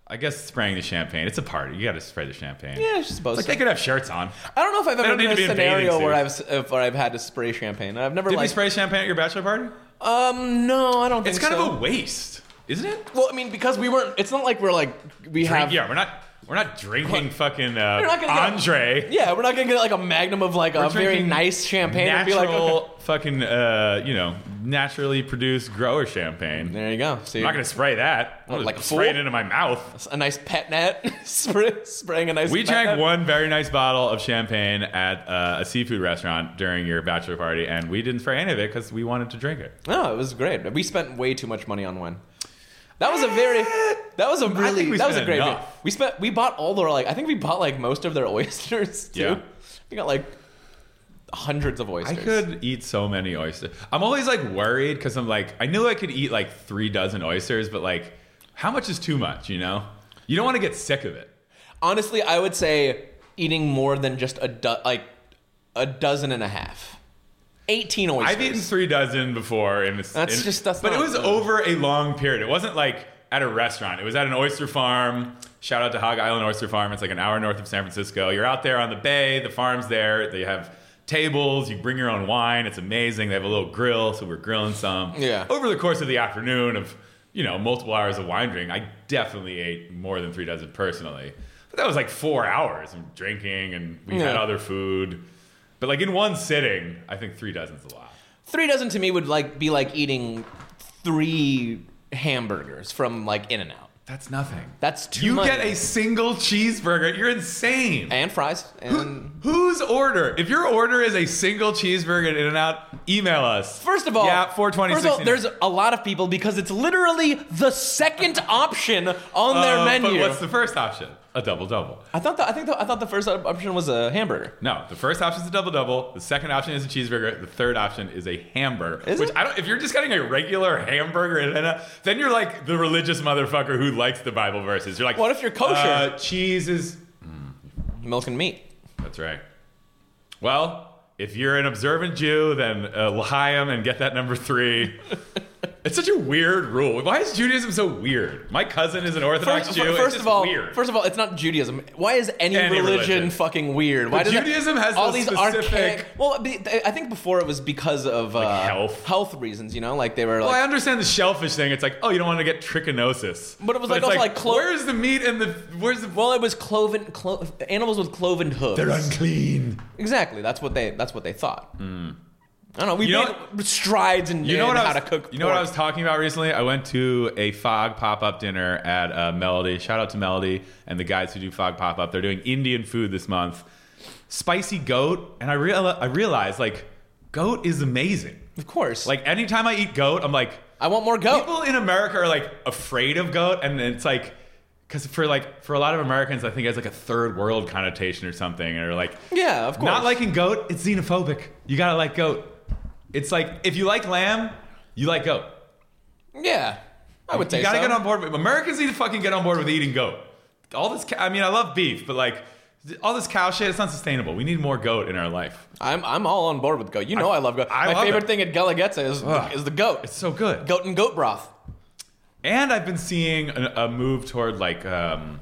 Speaker 1: I guess spraying the champagne. It's a party. You got to spray the champagne.
Speaker 2: Yeah, I
Speaker 1: It's
Speaker 2: suppose.
Speaker 1: like
Speaker 2: so.
Speaker 1: they could have shirts on.
Speaker 2: I don't know if I've ever
Speaker 1: don't
Speaker 2: been
Speaker 1: need to
Speaker 2: in a
Speaker 1: be in bathing
Speaker 2: scenario where I've s- if- where I've had to spray champagne. I've never
Speaker 1: Did we
Speaker 2: like
Speaker 1: spray champagne at your bachelor party?
Speaker 2: um no, I don't think
Speaker 1: It's kind
Speaker 2: so.
Speaker 1: of a waste, isn't it?
Speaker 2: well, I mean because we weren't. It's not like we're like we have.
Speaker 1: yeah, we're not we're not drinking fucking uh,
Speaker 2: We're not gonna get-
Speaker 1: Andre.
Speaker 2: Yeah, we're not gonna get like a magnum of like a very
Speaker 1: drinking
Speaker 2: nice champagne and be
Speaker 1: natural
Speaker 2: like, "Oh, okay.
Speaker 1: fucking uh, you know naturally produced grower champagne.
Speaker 2: there you go. See,
Speaker 1: I'm not gonna spray that. I'm
Speaker 2: What,
Speaker 1: gonna
Speaker 2: like a
Speaker 1: spray
Speaker 2: fool?
Speaker 1: it into my mouth.
Speaker 2: a nice pet net spray, spraying a nice.
Speaker 1: We
Speaker 2: pet
Speaker 1: drank
Speaker 2: net.
Speaker 1: one very nice bottle of champagne at uh, a seafood restaurant during your bachelor party, and we didn't spray any of it because we wanted to drink it.
Speaker 2: No, it was great. We spent way too much money on one. That was a very. That was a really.
Speaker 1: think we
Speaker 2: That was a
Speaker 1: spent
Speaker 2: great.
Speaker 1: enough.
Speaker 2: meal. We spent. We bought all their like. I think we bought like most of their oysters too.
Speaker 1: Yeah.
Speaker 2: We got like hundreds of oysters.
Speaker 1: I could eat so many oysters. I'm always like worried because I'm like, I knew I could eat like three dozen oysters, but like, how much is too much? You know, you don't want to get sick of it.
Speaker 2: Honestly, I would say eating more than just a do- like a dozen and a half. Eighteen oysters.
Speaker 1: I've eaten three dozen before, and it's
Speaker 2: That's
Speaker 1: and-
Speaker 2: just- that's
Speaker 1: but
Speaker 2: not-
Speaker 1: it was over a long period. It wasn't like at a restaurant. It was at an oyster farm. Shout out to Hog Island Oyster Farm. It's like an hour north of San Francisco. You're out there on the bay. The farm's there. They have tables. You bring your own wine. It's amazing. They have a little grill, so we're grilling some.
Speaker 2: Yeah.
Speaker 1: Over the course of the afternoon of you know multiple hours of wine drinking, I definitely ate more than three dozen personally. But that was like four hours of drinking, and we had
Speaker 2: Yeah.
Speaker 1: other food. But like in one sitting, I think three dozen's a lot.
Speaker 2: three dozen to me would like be like eating three hamburgers from like In and Out.
Speaker 1: That's nothing.
Speaker 2: That's too
Speaker 1: you
Speaker 2: much.
Speaker 1: get a single cheeseburger. You're insane.
Speaker 2: and fries and
Speaker 1: Whose order? If your order is a single cheeseburger at In and Out, email us.
Speaker 2: First of all,
Speaker 1: yeah, four twenty.
Speaker 2: First of all, there's a lot of people because it's literally the second option on their menu.
Speaker 1: Uh, But what's the first option? A double double.
Speaker 2: I thought the, I think the, I thought the first option was a hamburger.
Speaker 1: No, the first option is a double double. The second option is a cheeseburger. The third option is a hamburger.
Speaker 2: Is
Speaker 1: which
Speaker 2: it?
Speaker 1: I don't. If you're just getting a regular hamburger, and then, a, then you're like the religious motherfucker who likes the Bible verses. You're like,
Speaker 2: What if you're kosher?
Speaker 1: Uh, cheese is
Speaker 2: Milk and meat.
Speaker 1: That's right. Well, if you're an observant Jew, then uh, L'chaim and get that number three. it's such a weird rule. Why is Judaism so weird? My cousin is an Orthodox
Speaker 2: First,
Speaker 1: Jew.
Speaker 2: first
Speaker 1: it's just
Speaker 2: of all,
Speaker 1: weird.
Speaker 2: first of all, it's not Judaism. Why is any,
Speaker 1: Any
Speaker 2: religion,
Speaker 1: religion.
Speaker 2: fucking weird? Why
Speaker 1: But
Speaker 2: does that-
Speaker 1: Judaism has
Speaker 2: all
Speaker 1: the
Speaker 2: these
Speaker 1: specific-
Speaker 2: archaic? Well, be- I think before it was because of uh,
Speaker 1: health.
Speaker 2: reasons. You know, like they were
Speaker 1: well, I
Speaker 2: like.
Speaker 1: understand the shellfish thing. It's like, oh, you don't want to get trichinosis.
Speaker 2: But it was like
Speaker 1: it's
Speaker 2: also like clo-
Speaker 1: where's the meat and the where's the
Speaker 2: Well, it was cloven clo- animals with cloven hooves.
Speaker 1: unclean.
Speaker 2: Exactly. That's what they. That's what they thought. I don't know. We
Speaker 1: Hmm. You
Speaker 2: made
Speaker 1: know-
Speaker 2: strides in,
Speaker 1: You know what
Speaker 2: in
Speaker 1: I
Speaker 2: how
Speaker 1: was,
Speaker 2: to cook.
Speaker 1: You know what I
Speaker 2: pork.
Speaker 1: was talking about recently? I went to a Fog pop up dinner at uh, Melody. Shout out to Melody and the guys who do Fog pop up. They're doing Indian food this month. Spicy goat, and I real I realized like goat is amazing.
Speaker 2: Of course.
Speaker 1: Like anytime I eat goat, I'm like
Speaker 2: I want more goat.
Speaker 1: people in America are like afraid of goat, and it's like. Because for like for a lot of Americans, I think it has like a third world connotation or something, and they're like,
Speaker 2: yeah, of course.
Speaker 1: not liking goat, it's xenophobic. You gotta like goat. It's like if you like lamb, you like goat.
Speaker 2: yeah, I would say
Speaker 1: You gotta
Speaker 2: so.
Speaker 1: get on board with Americans need to fucking get on board with eating goat. All this, ca- I mean, I love beef, but like all this cow shit, it's not sustainable. We need more goat in our life.
Speaker 2: I'm I'm all on board with goat. You know I, love goat.
Speaker 1: I
Speaker 2: My
Speaker 1: love
Speaker 2: favorite
Speaker 1: it.
Speaker 2: thing at Galagetza is
Speaker 1: Ugh.
Speaker 2: is the goat.
Speaker 1: It's so good.
Speaker 2: Goat and goat broth.
Speaker 1: And I've been seeing a, a move toward like, um,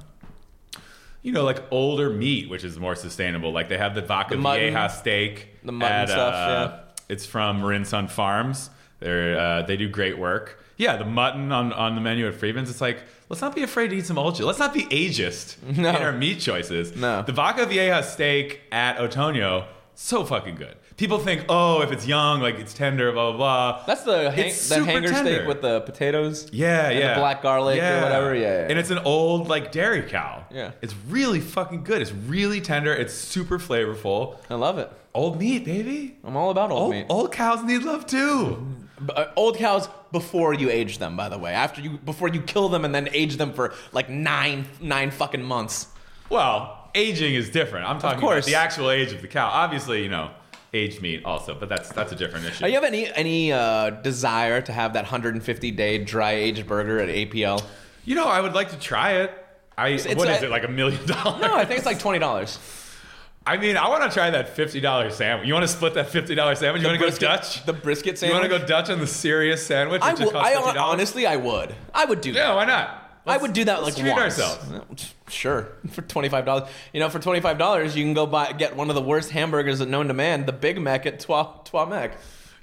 Speaker 1: you know, like older meat, which is more sustainable. Like they have the vaca
Speaker 2: The mutton.
Speaker 1: vieja steak. uh,
Speaker 2: The mutton stuff, yeah.
Speaker 1: It's from Marin Sun Farms. They're uh, they do great work. Yeah, the mutton on, on the menu at Freeman's. It's like let's not be afraid to eat some old shit. Let's not be ageist
Speaker 2: No.
Speaker 1: in our meat choices.
Speaker 2: No.
Speaker 1: the vaca vieja steak at Otonio so fucking good. People think oh if it's young like it's tender blah blah blah.
Speaker 2: That's the hang-
Speaker 1: It's
Speaker 2: the
Speaker 1: super
Speaker 2: hanger steak
Speaker 1: tender.
Speaker 2: with the potatoes.
Speaker 1: Yeah,
Speaker 2: the
Speaker 1: yeah.
Speaker 2: black garlic or whatever, yeah, yeah.
Speaker 1: And it's an old like dairy cow.
Speaker 2: Yeah.
Speaker 1: It's really fucking good. It's really tender. It's super flavorful.
Speaker 2: I love it.
Speaker 1: Old meat, baby.
Speaker 2: I'm all about old,
Speaker 1: Old,
Speaker 2: meat.
Speaker 1: old cows need love too.
Speaker 2: Oh, B- uh, old cows before you age them, by the way. After you before you kill them and then age them for like nine nine fucking months.
Speaker 1: Well, aging is different. I'm talking
Speaker 2: course.
Speaker 1: about the actual age of the cow. Obviously, you know, aged meat also, but that's that's a different issue.
Speaker 2: Do you have any any uh, desire to have that 150 day dry aged burger at APL?
Speaker 1: You know, I would like to try it. I what is
Speaker 2: like-
Speaker 1: it like a million dollars?
Speaker 2: No, I think it's like twenty dollars.
Speaker 1: I mean, I want to try that fifty dollar sandwich. You want to split that fifty dollar sandwich? You want to go Dutch?
Speaker 2: The brisket
Speaker 1: You
Speaker 2: sandwich.
Speaker 1: want to go Dutch on the serious sandwich?
Speaker 2: I
Speaker 1: which just
Speaker 2: will. I
Speaker 1: costs $50?
Speaker 2: honestly, I would. I would do. that.
Speaker 1: yeah, why not?
Speaker 2: I would do that
Speaker 1: let's
Speaker 2: like
Speaker 1: treat
Speaker 2: once.
Speaker 1: ourselves.
Speaker 2: Sure, for twenty five dollars. You know, for twenty five dollars, you can go buy get one of the worst hamburgers at known to man, the Big Mac at Trois Trois Mac.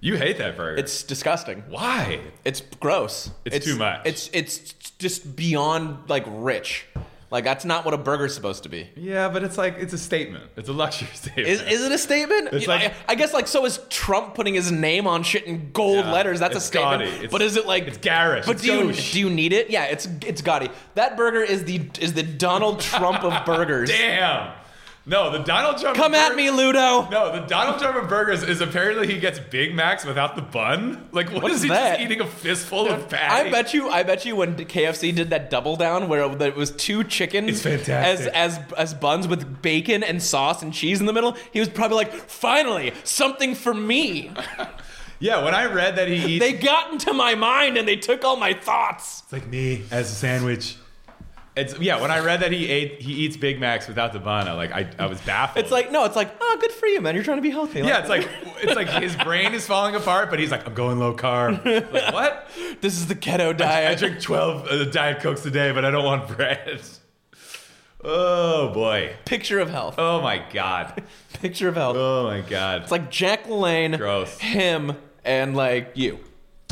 Speaker 1: You hate that burger.
Speaker 2: It's disgusting.
Speaker 1: why?
Speaker 2: It's gross.
Speaker 1: It's too much.
Speaker 2: It's it's just beyond like rich. Like that's not what a burger's supposed to be.
Speaker 1: Yeah, but it's like it's a statement. It's a luxury statement.
Speaker 2: Is, is it a statement?
Speaker 1: It's
Speaker 2: You know,
Speaker 1: like-
Speaker 2: I, I guess like so is Trump putting his name on shit in gold
Speaker 1: Yeah,
Speaker 2: letters. That's a
Speaker 1: it's
Speaker 2: statement.
Speaker 1: gaudy. It's-
Speaker 2: but is it like
Speaker 1: it's garish.
Speaker 2: But
Speaker 1: It's
Speaker 2: do you
Speaker 1: gauche.
Speaker 2: do you need it? Yeah, it's it's gaudy. That burger is the is the Donald Trump of burgers.
Speaker 1: Damn. No, the Donald Trump.
Speaker 2: Come at
Speaker 1: bur-
Speaker 2: me, Ludo.
Speaker 1: No, the Donald Trump of burgers is apparently he gets Big Macs without the bun. Like, what
Speaker 2: What's
Speaker 1: is he
Speaker 2: that?
Speaker 1: just eating a fistful of patty?
Speaker 2: I bet you. I bet you when KFC did that double down where it was two chickens
Speaker 1: It's fantastic.
Speaker 2: as as as buns with bacon and sauce and cheese in the middle, he was probably like, "Finally, something for me."
Speaker 1: Yeah, when I read that he eats,
Speaker 2: they got into my mind and they took all my thoughts.
Speaker 1: it's like me as a sandwich. It's yeah. When I read that he ate, he eats Big Macs without the bun. I like, I, I was baffled.
Speaker 2: It's like no, it's like oh, good for you, man. You're trying to be healthy.
Speaker 1: yeah, it's like it's like his brain is falling apart, but he's like, I'm going low carb. Like what?
Speaker 2: this is the keto
Speaker 1: I
Speaker 2: diet.
Speaker 1: drink 12 uh, Diet Cokes a day, but I don't want bread. Oh, boy.
Speaker 2: Picture of health.
Speaker 1: Oh, my God.
Speaker 2: Picture of health.
Speaker 1: Oh, my God.
Speaker 2: It's like Jack Lane,
Speaker 1: Gross.
Speaker 2: him, and like you,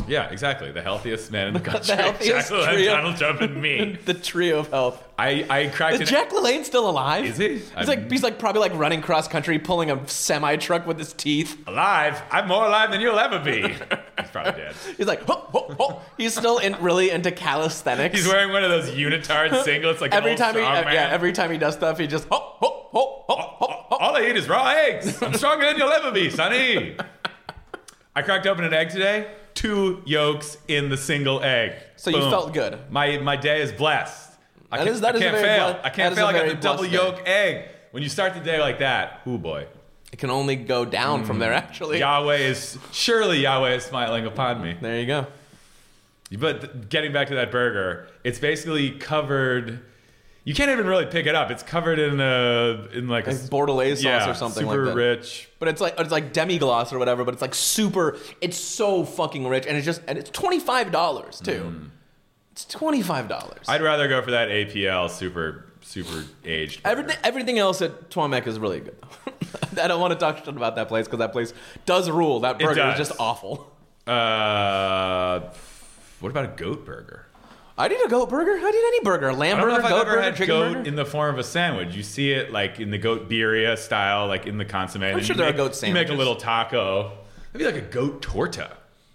Speaker 1: Yeah, exactly. The healthiest man in the country.
Speaker 2: healthiest
Speaker 1: Jack Lane,
Speaker 2: trio.
Speaker 1: Donald Trump and me.
Speaker 2: the trio of health.
Speaker 1: I, I cracked
Speaker 2: Is
Speaker 1: an-
Speaker 2: Jack LaLanne still alive?
Speaker 1: Is he?
Speaker 2: He's
Speaker 1: I'm-
Speaker 2: like he's like probably like running cross country, pulling a semi truck with his teeth.
Speaker 1: alive. I'm more alive than you'll ever be. He's probably dead.
Speaker 2: He's like, ho, ho, ho. he's still in, really into calisthenics.
Speaker 1: He's wearing one of those unitard singlets like an
Speaker 2: every
Speaker 1: old Oh,
Speaker 2: time he
Speaker 1: strongman.
Speaker 2: yeah, every time he does stuff, he just ho, ho, ho, ho, ho, ho.
Speaker 1: All I eat is raw eggs. I'm stronger than you'll ever be, Sonny. I cracked open an egg today. Two yolks in the single egg.
Speaker 2: So you
Speaker 1: Boom.
Speaker 2: felt good.
Speaker 1: My my day is blessed. I
Speaker 2: That
Speaker 1: can,
Speaker 2: is- that
Speaker 1: I
Speaker 2: is a
Speaker 1: can't
Speaker 2: very
Speaker 1: fail.
Speaker 2: ble-
Speaker 1: I
Speaker 2: that
Speaker 1: can't
Speaker 2: is
Speaker 1: fail.
Speaker 2: a
Speaker 1: I got
Speaker 2: very
Speaker 1: the double
Speaker 2: blessed
Speaker 1: yolk egg. When you start the day like that, oh boy.
Speaker 2: It can only go down from
Speaker 1: Mm.
Speaker 2: there. Actually,
Speaker 1: Yahweh is surely Yahweh is smiling upon me.
Speaker 2: there you go.
Speaker 1: But th- getting back to that burger, it's basically covered. You can't even really pick it up. It's covered in a in like a
Speaker 2: Like Bordelaise sauce
Speaker 1: yeah,
Speaker 2: or something
Speaker 1: super
Speaker 2: like that.
Speaker 1: rich.
Speaker 2: But it's like it's like demi gloss or whatever. But it's like super. It's so fucking rich, and it's just and it's twenty five dollars too.
Speaker 1: Mm.
Speaker 2: It's twenty five dollars.
Speaker 1: I'd rather go for that APL super super aged. burger.
Speaker 2: Everything, everything else at Tuamek is really good. I don't want to talk shit about that place because that place does rule. That burger
Speaker 1: does.
Speaker 2: is just awful.
Speaker 1: Uh, what about a goat burger?
Speaker 2: I need a goat burger. I need any burger. Lamb
Speaker 1: I don't know
Speaker 2: burger,
Speaker 1: if
Speaker 2: goat
Speaker 1: I've ever
Speaker 2: burger,
Speaker 1: had
Speaker 2: chicken
Speaker 1: goat
Speaker 2: burger.
Speaker 1: in the form of a sandwich. You see it like in the goat birria style, like in the consomme. I'm
Speaker 2: sure there are goat
Speaker 1: You make a
Speaker 2: sandwiches.
Speaker 1: little taco. Maybe like a goat torta.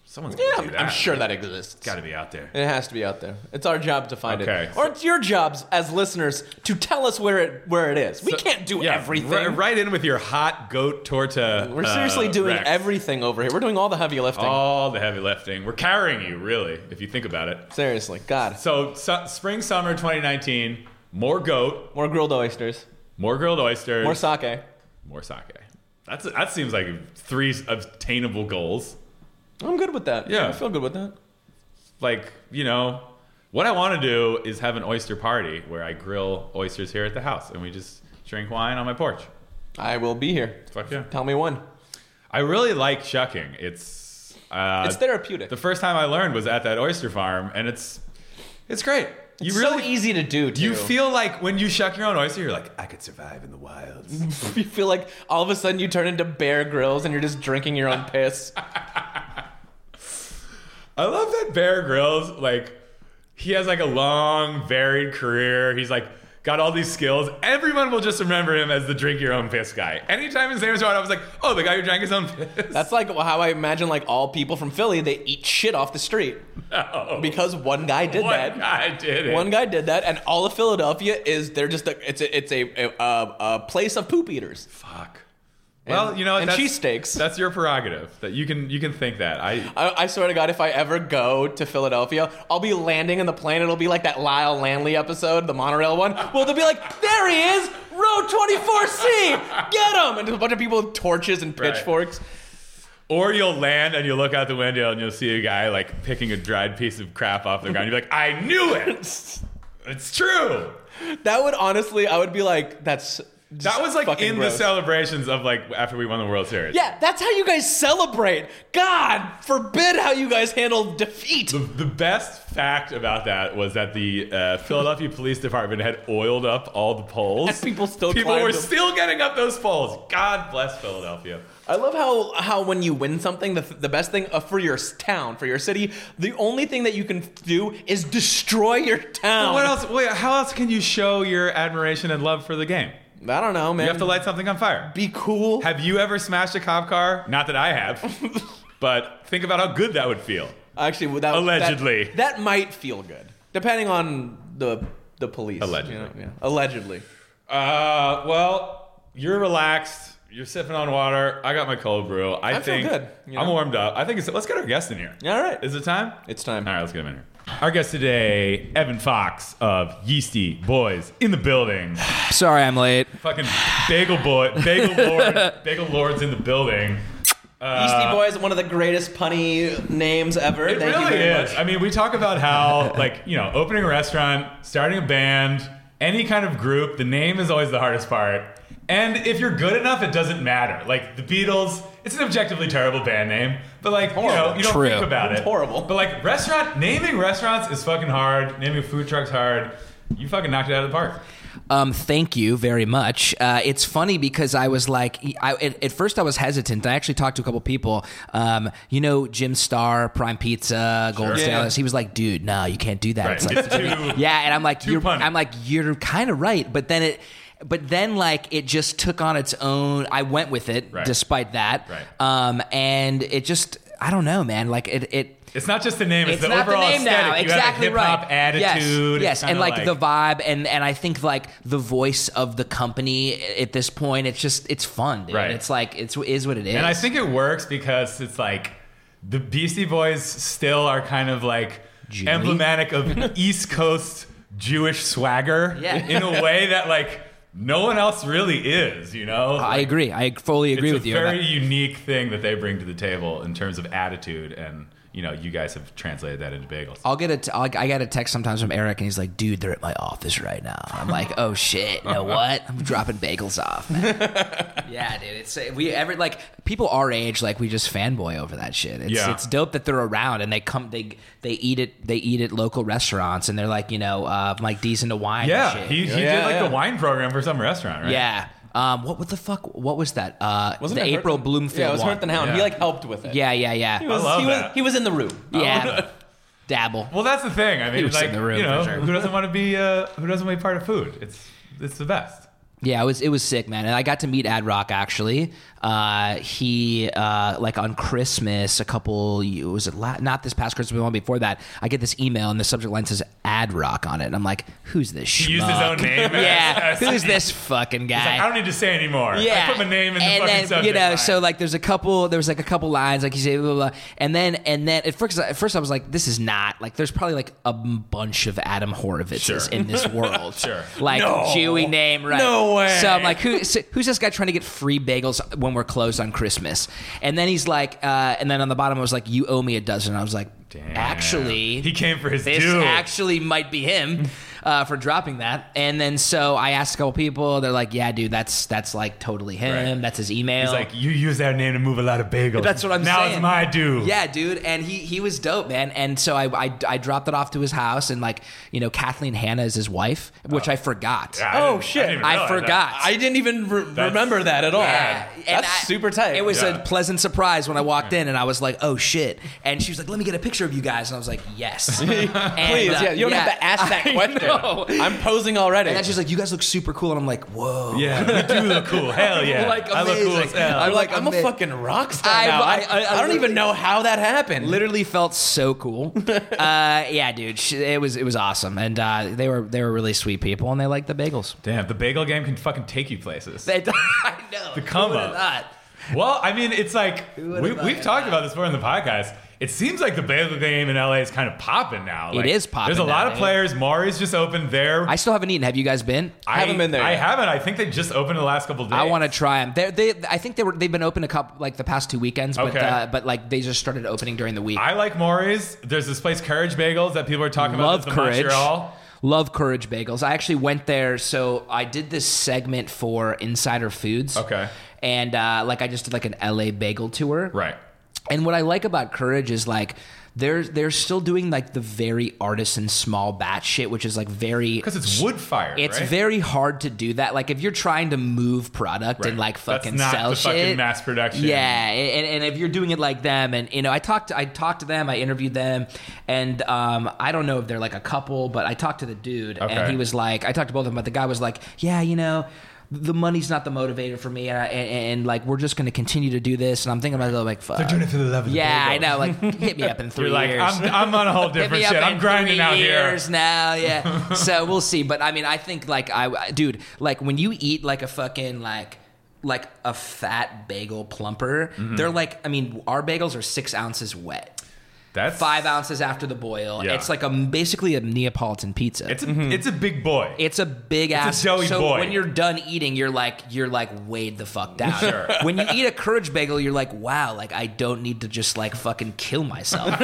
Speaker 1: Someone's
Speaker 2: yeah,
Speaker 1: gonna do
Speaker 2: I'm,
Speaker 1: that.
Speaker 2: I'm sure that exists.
Speaker 1: Got to be out there.
Speaker 2: It has to be out there. It's our job to find
Speaker 1: Okay,
Speaker 2: it,
Speaker 1: so-
Speaker 2: or it's your jobs as listeners to tell us where it where it is. We
Speaker 1: So-
Speaker 2: can't do
Speaker 1: yeah,
Speaker 2: everything.
Speaker 1: ri- right in with your hot goat torta.
Speaker 2: We're
Speaker 1: uh,
Speaker 2: seriously doing
Speaker 1: Rex. Oh.
Speaker 2: everything over here. We're doing all the heavy lifting.
Speaker 1: all the heavy lifting. We're carrying you, really, if you think about it.
Speaker 2: Seriously, God,
Speaker 1: So, su- spring summer 2019, more goat,
Speaker 2: more grilled oysters,
Speaker 1: more grilled oysters,
Speaker 2: more sake.
Speaker 1: more sake. That's that seems like three obtainable goals.
Speaker 2: I'm good with that.
Speaker 1: Yeah.
Speaker 2: I feel good with that.
Speaker 1: Like you know, what I want to do is have an oyster party where I grill oysters here at the house and we just drink wine on my porch.
Speaker 2: I will be here.
Speaker 1: Fuck yeah!
Speaker 2: Tell me when.
Speaker 1: I really like shucking. It's uh,
Speaker 2: It's therapeutic.
Speaker 1: The first time I learned was at that oyster farm, and it's it's great. You
Speaker 2: It's
Speaker 1: really
Speaker 2: so easy to do. Too.
Speaker 1: you feel like when you shuck your own oyster, you're like, I could survive in the wilds.
Speaker 2: you feel like all of a sudden you turn into Bear Grylls and you're just drinking your own piss.
Speaker 1: I love that Bear Grylls, like, he has like a long, varied career. He's like got all these skills. Everyone will just remember him as the drink your own piss guy. Anytime his name is brought up, I was like, oh, the guy who drank his own piss.
Speaker 2: That's like how I imagine like all people from Philly they eat shit off the street
Speaker 1: No.
Speaker 2: because one guy did
Speaker 1: one
Speaker 2: that.
Speaker 1: guy did it.
Speaker 2: One guy did that, and all of Philadelphia is they're just a, it's a, it's a, a, a, a place of poop eaters.
Speaker 1: Fuck.
Speaker 2: And-
Speaker 1: well, you know,
Speaker 2: and
Speaker 1: that's,
Speaker 2: cheesesteaks.
Speaker 1: That's your prerogative. That you can you can think that. I
Speaker 2: I, I swear to God, if I ever go to Philadelphia, I'll be landing in the plane. It'll be like that Lyle Landley episode, the monorail one. Well, they'll be like, there he is, go 24C, get them! And just a bunch of people with torches and
Speaker 1: Right.
Speaker 2: pitchforks.
Speaker 1: Or you'll land and you'll look out the window and you'll see a guy like picking a dried piece of crap off the ground. You're like, I knew it. It's true.
Speaker 2: That would honestly, I would be like, that's just
Speaker 1: That was like
Speaker 2: fucking
Speaker 1: in
Speaker 2: gross.
Speaker 1: the celebrations of like after we won the World Series.
Speaker 2: Yeah, that's how you guys celebrate. God forbid how you guys handle defeat.
Speaker 1: The, the best fact about that was that the uh, Philadelphia Police Department had oiled up all the poles.
Speaker 2: And people still
Speaker 1: people
Speaker 2: climbed
Speaker 1: were
Speaker 2: them.
Speaker 1: still getting up those poles. God bless Philadelphia.
Speaker 2: I love how how when you win something, the, the best thing uh, for your s- town, for your city, the only thing that you can do is destroy your town.
Speaker 1: What else? Wait, how else can you show your admiration and love for the game?
Speaker 2: I don't know, man.
Speaker 1: You have to light something on fire.
Speaker 2: be cool.
Speaker 1: Have you ever smashed a cop car? Not that I have, but think about how good that would feel.
Speaker 2: Actually, without that-
Speaker 1: Allegedly.
Speaker 2: that, might feel good, depending on the the police. you
Speaker 1: Allegedly.
Speaker 2: know, yeah. Allegedly.
Speaker 1: Uh, well, you're relaxed. You're sipping on water. I got my cold brew. I,
Speaker 2: feel
Speaker 1: think
Speaker 2: good, you
Speaker 1: I'm
Speaker 2: know?
Speaker 1: warmed up. I think it's. Let's get our guest in here.
Speaker 2: All right,
Speaker 1: Is it time?
Speaker 2: it's time.
Speaker 1: All right, let's get him in here. Our guest today, Evan Fox of Yeasty Boys in the building.
Speaker 3: Sorry, I'm late.
Speaker 1: Fucking bagel boy, bagel lord, bagel lords in the building.
Speaker 2: Beastie Boys, one of the greatest punny names ever.
Speaker 1: Uh, It
Speaker 2: Thank
Speaker 1: really
Speaker 2: you very
Speaker 1: is.
Speaker 2: much.
Speaker 1: I mean, we talk about how, like, you know, opening a restaurant, starting a band, any kind of group, the name is always the hardest part. And if you're good enough, it doesn't matter. Like the Beatles, it's an objectively terrible band name, but like you know, you don't
Speaker 3: True.
Speaker 1: think about
Speaker 2: It's
Speaker 1: it.
Speaker 2: horrible.
Speaker 1: But like restaurant naming restaurants is fucking hard. Naming food trucks hard. You fucking knocked it out of the park.
Speaker 3: Um, thank you very much. Uh, it's funny because I was like, I, at, at first I was hesitant. I actually talked to a couple people. Um, you know, Jim Starr, Prime Pizza, Golden
Speaker 1: Sure.
Speaker 3: State
Speaker 1: Yeah.
Speaker 3: Alice. He was like, dude, no, you can't do that.
Speaker 1: Right.
Speaker 3: It's like,
Speaker 1: It's too-
Speaker 3: yeah, and I'm like,
Speaker 1: too
Speaker 3: you're,
Speaker 1: punny.
Speaker 3: I'm like, you're kind of right. But then it, but then like it just took on its own. I went with it
Speaker 1: Right.
Speaker 3: despite that.
Speaker 1: Right.
Speaker 3: Um, and it just, I don't know, man. Like it, it
Speaker 1: It's not just the name; it's,
Speaker 3: it's
Speaker 1: the
Speaker 3: not the
Speaker 1: overall
Speaker 3: name
Speaker 1: aesthetic.
Speaker 3: now.
Speaker 1: You
Speaker 3: Exactly
Speaker 1: have a
Speaker 3: right.
Speaker 1: hip-hop Attitude.
Speaker 3: Yes, yes.
Speaker 1: It's kinda
Speaker 3: and like, the vibe, and and I think like the voice of the company at this point, it's just it's fun, dude.
Speaker 1: Right.
Speaker 3: It's like it's is what it is.
Speaker 1: And I think it works because it's like the Beastie Boys still are kind of like
Speaker 3: Jewy?
Speaker 1: emblematic of East Coast Jewish swagger
Speaker 3: Yeah.
Speaker 1: in a way that like no one else really is, you know?
Speaker 3: I agree. I fully agree
Speaker 1: it's
Speaker 3: with
Speaker 1: a
Speaker 3: you.
Speaker 1: very unique thing that they bring to the table in terms of attitude and you know, you guys have translated that into bagels.
Speaker 3: I'll get a t- I'll, I got a text sometimes from Eric, and he's like, "Dude, they're at my office right now." I'm like, "Oh shit, you know what? I'm dropping bagels off." man." yeah, dude. It's we every like people our age, like we just fanboy over that shit. It's
Speaker 1: Yeah.
Speaker 3: it's dope that they're around and they come they they eat it they eat at local restaurants and they're like you know uh, like decent to wine. and
Speaker 1: yeah,
Speaker 3: shit.
Speaker 1: he, he
Speaker 2: Yeah,
Speaker 1: did like
Speaker 2: yeah.
Speaker 1: the wine program for some restaurant, right?
Speaker 3: yeah. Um, what what the fuck? What was that? Uh,
Speaker 2: Wasn't
Speaker 3: the
Speaker 2: it Hurt-
Speaker 3: April Bloomfield.
Speaker 2: Yeah, it was
Speaker 3: one.
Speaker 2: Hurt and Hound. He
Speaker 1: Yeah.
Speaker 2: like helped with it.
Speaker 3: Yeah, yeah, yeah,
Speaker 2: He was,
Speaker 1: I love
Speaker 2: he
Speaker 1: that.
Speaker 2: Was, he was in the room.
Speaker 3: yeah. Dabble.
Speaker 1: Well, that's the thing. I mean,
Speaker 3: was
Speaker 1: like,
Speaker 3: in the room
Speaker 1: you know,
Speaker 3: for sure.
Speaker 1: who doesn't want to be uh, who doesn't want to be part of food? It's it's the best.
Speaker 3: Yeah, it was it was sick, man. And I got to meet Ad Rock actually. Uh, he uh, like on Christmas a couple it was it la- not this past Christmas, but the one before that. I get this email and the subject line says Ad Rock on it, and I'm like, who's this? Schmuck?
Speaker 1: He used his own name.
Speaker 3: Yeah,
Speaker 1: as- as-
Speaker 3: who's this fucking guy?
Speaker 1: He's like, I don't need to say anymore.
Speaker 3: Yeah,
Speaker 1: I put my name in the
Speaker 3: and
Speaker 1: fucking
Speaker 3: then,
Speaker 1: subject
Speaker 3: You know,
Speaker 1: line.
Speaker 3: so like, there's a couple. There was like a couple lines, like you say, blah blah, blah. and then and then at first, at first, I was like, this is not like. There's probably like a bunch of Adam Horovitzes
Speaker 1: Sure.
Speaker 3: in this world.
Speaker 1: Sure.
Speaker 3: like
Speaker 2: No.
Speaker 3: Jewy name, right?
Speaker 2: No way.
Speaker 3: So I'm like, who, so who's this guy trying to get free bagels when we're closed on Christmas? And then he's like, uh, and then on the bottom, I was like, you owe me a dozen. And I was like,
Speaker 1: Damn.
Speaker 3: actually,
Speaker 1: he came for his
Speaker 3: this
Speaker 1: due.
Speaker 3: actually might be
Speaker 2: Mm.
Speaker 3: him uh, for dropping that. And then so I asked a couple people. They're like, "Yeah, dude, that's that's like totally him.
Speaker 1: Right.
Speaker 3: That's his email."
Speaker 1: He's like, you use that name to move a lot of bagels.
Speaker 3: That's what I'm
Speaker 1: now
Speaker 3: saying.
Speaker 1: it's my due.
Speaker 3: Yeah, dude, and he he was dope, man. And so I, I I dropped it off to his house, and like you know, Kathleen Hanna is his wife, which I forgot.
Speaker 1: I
Speaker 2: Oh,
Speaker 1: didn't-
Speaker 2: shit.
Speaker 1: didn't even
Speaker 3: I
Speaker 1: realize that.
Speaker 3: forgot.
Speaker 2: I didn't even re- remember that at all.
Speaker 3: Yeah, and
Speaker 2: That's
Speaker 3: I-
Speaker 2: super tight.
Speaker 3: It was
Speaker 1: Yeah.
Speaker 3: a pleasant surprise when I walked in, and I was like, "Oh shit!" And she was like, "Let me get a picture of you guys," and I was like, "Yes, And,
Speaker 2: Please,
Speaker 3: uh,
Speaker 2: yeah, you don't have to ask that
Speaker 3: I
Speaker 2: question.
Speaker 3: know.
Speaker 2: I'm posing already.
Speaker 3: And then she's like, "You guys look super cool," and I'm like, "Whoa."
Speaker 1: Yeah, you do look cool. Hell yeah.
Speaker 3: Like,
Speaker 1: I look cool as
Speaker 3: amazing.
Speaker 1: hell.
Speaker 2: I'm like,
Speaker 3: like,
Speaker 2: I'm a
Speaker 3: I'm a-
Speaker 2: fucking rock star
Speaker 3: I-
Speaker 2: now. I,
Speaker 3: I- I- I
Speaker 2: I don't even
Speaker 3: literally-
Speaker 2: know how that happened.
Speaker 3: literally felt so cool. uh, yeah, dude, sh- it was it was awesome, and uh, they were they were really sweet people, and they liked the bagels.
Speaker 1: Damn, the bagel game can fucking take you places.
Speaker 3: They, I know.
Speaker 1: The come
Speaker 3: who would've
Speaker 1: up.
Speaker 3: thought?
Speaker 1: Well, I mean, it's like
Speaker 3: would've
Speaker 1: we,
Speaker 3: thought
Speaker 1: we've
Speaker 3: of
Speaker 1: talked
Speaker 3: that?
Speaker 1: about this before in the podcast. It seems like the baseball game in LA is kind of popping now. Like,
Speaker 3: is popping
Speaker 1: There's a lot
Speaker 3: now,
Speaker 1: of
Speaker 3: eh?
Speaker 1: players. Maury's just opened there.
Speaker 3: I still haven't eaten. Have you guys been?
Speaker 1: I
Speaker 2: haven't been there
Speaker 1: I
Speaker 2: yet.
Speaker 1: haven't. I think they just opened the last couple days.
Speaker 3: I want to try them. They're, they, I think they were. They've been open a couple like the past two weekends, but
Speaker 1: Okay.
Speaker 3: uh, but like they just started opening during the week.
Speaker 1: I like Maury's. There's this place, Courage Bagels, that people are talking
Speaker 3: love
Speaker 1: about. It's in
Speaker 3: courage
Speaker 1: Montreal.
Speaker 3: love courage bagels i actually went there so i did this segment for insider foods
Speaker 1: Okay.
Speaker 3: and uh, like i just did like an la bagel tour
Speaker 1: Right.
Speaker 3: and what i like about courage is like they're they're still doing like the very artisan small batch shit which is like very
Speaker 1: Because it's wood fired.
Speaker 3: it's
Speaker 1: right?
Speaker 3: very hard to do that. Like if you're trying to move product and
Speaker 1: Right.
Speaker 3: like fucking
Speaker 1: That's not
Speaker 3: sell
Speaker 1: the fucking
Speaker 3: shit,
Speaker 1: mass production.
Speaker 3: Yeah, and, and if you're doing it like them, and you know, I talked, I talked to them, I interviewed them, and um, I don't know if they're like a couple, but I talked to the dude,
Speaker 1: Okay.
Speaker 3: and he was like, I talked to both of them, but the guy was like, yeah, you know. The money's not the motivator for me, and, I, and, and like we're just going to continue to do this. And I'm thinking about it, like, fuck.
Speaker 1: They're doing it for the love of the
Speaker 3: yeah, I
Speaker 1: bagel.
Speaker 3: know. Like, hit me up in 3
Speaker 1: You're like,
Speaker 3: years.
Speaker 1: I'm, I'm on a whole
Speaker 3: Hit me
Speaker 1: different
Speaker 3: up
Speaker 1: shit.
Speaker 3: in
Speaker 1: I'm grinding
Speaker 3: three
Speaker 1: out here.
Speaker 3: years now, yeah. so we'll see. But I mean, I think like I, I- dude, like when you eat like a fucking like like a fat bagel plumper,
Speaker 1: Mm-hmm.
Speaker 3: they're like, I mean, our bagels are six ounces wet,
Speaker 1: That's
Speaker 3: five ounces after the boil.
Speaker 1: Yeah.
Speaker 3: It's like a basically a Neapolitan pizza.
Speaker 1: It's a, it's a big boy.
Speaker 3: It's a big ass.
Speaker 1: doughy
Speaker 3: so
Speaker 1: boy.
Speaker 3: when you're done eating, you're like you're like weighed the fuck down.
Speaker 1: Sure.
Speaker 3: When you eat a courage bagel, you're like, wow, like I don't need to just like fucking kill myself.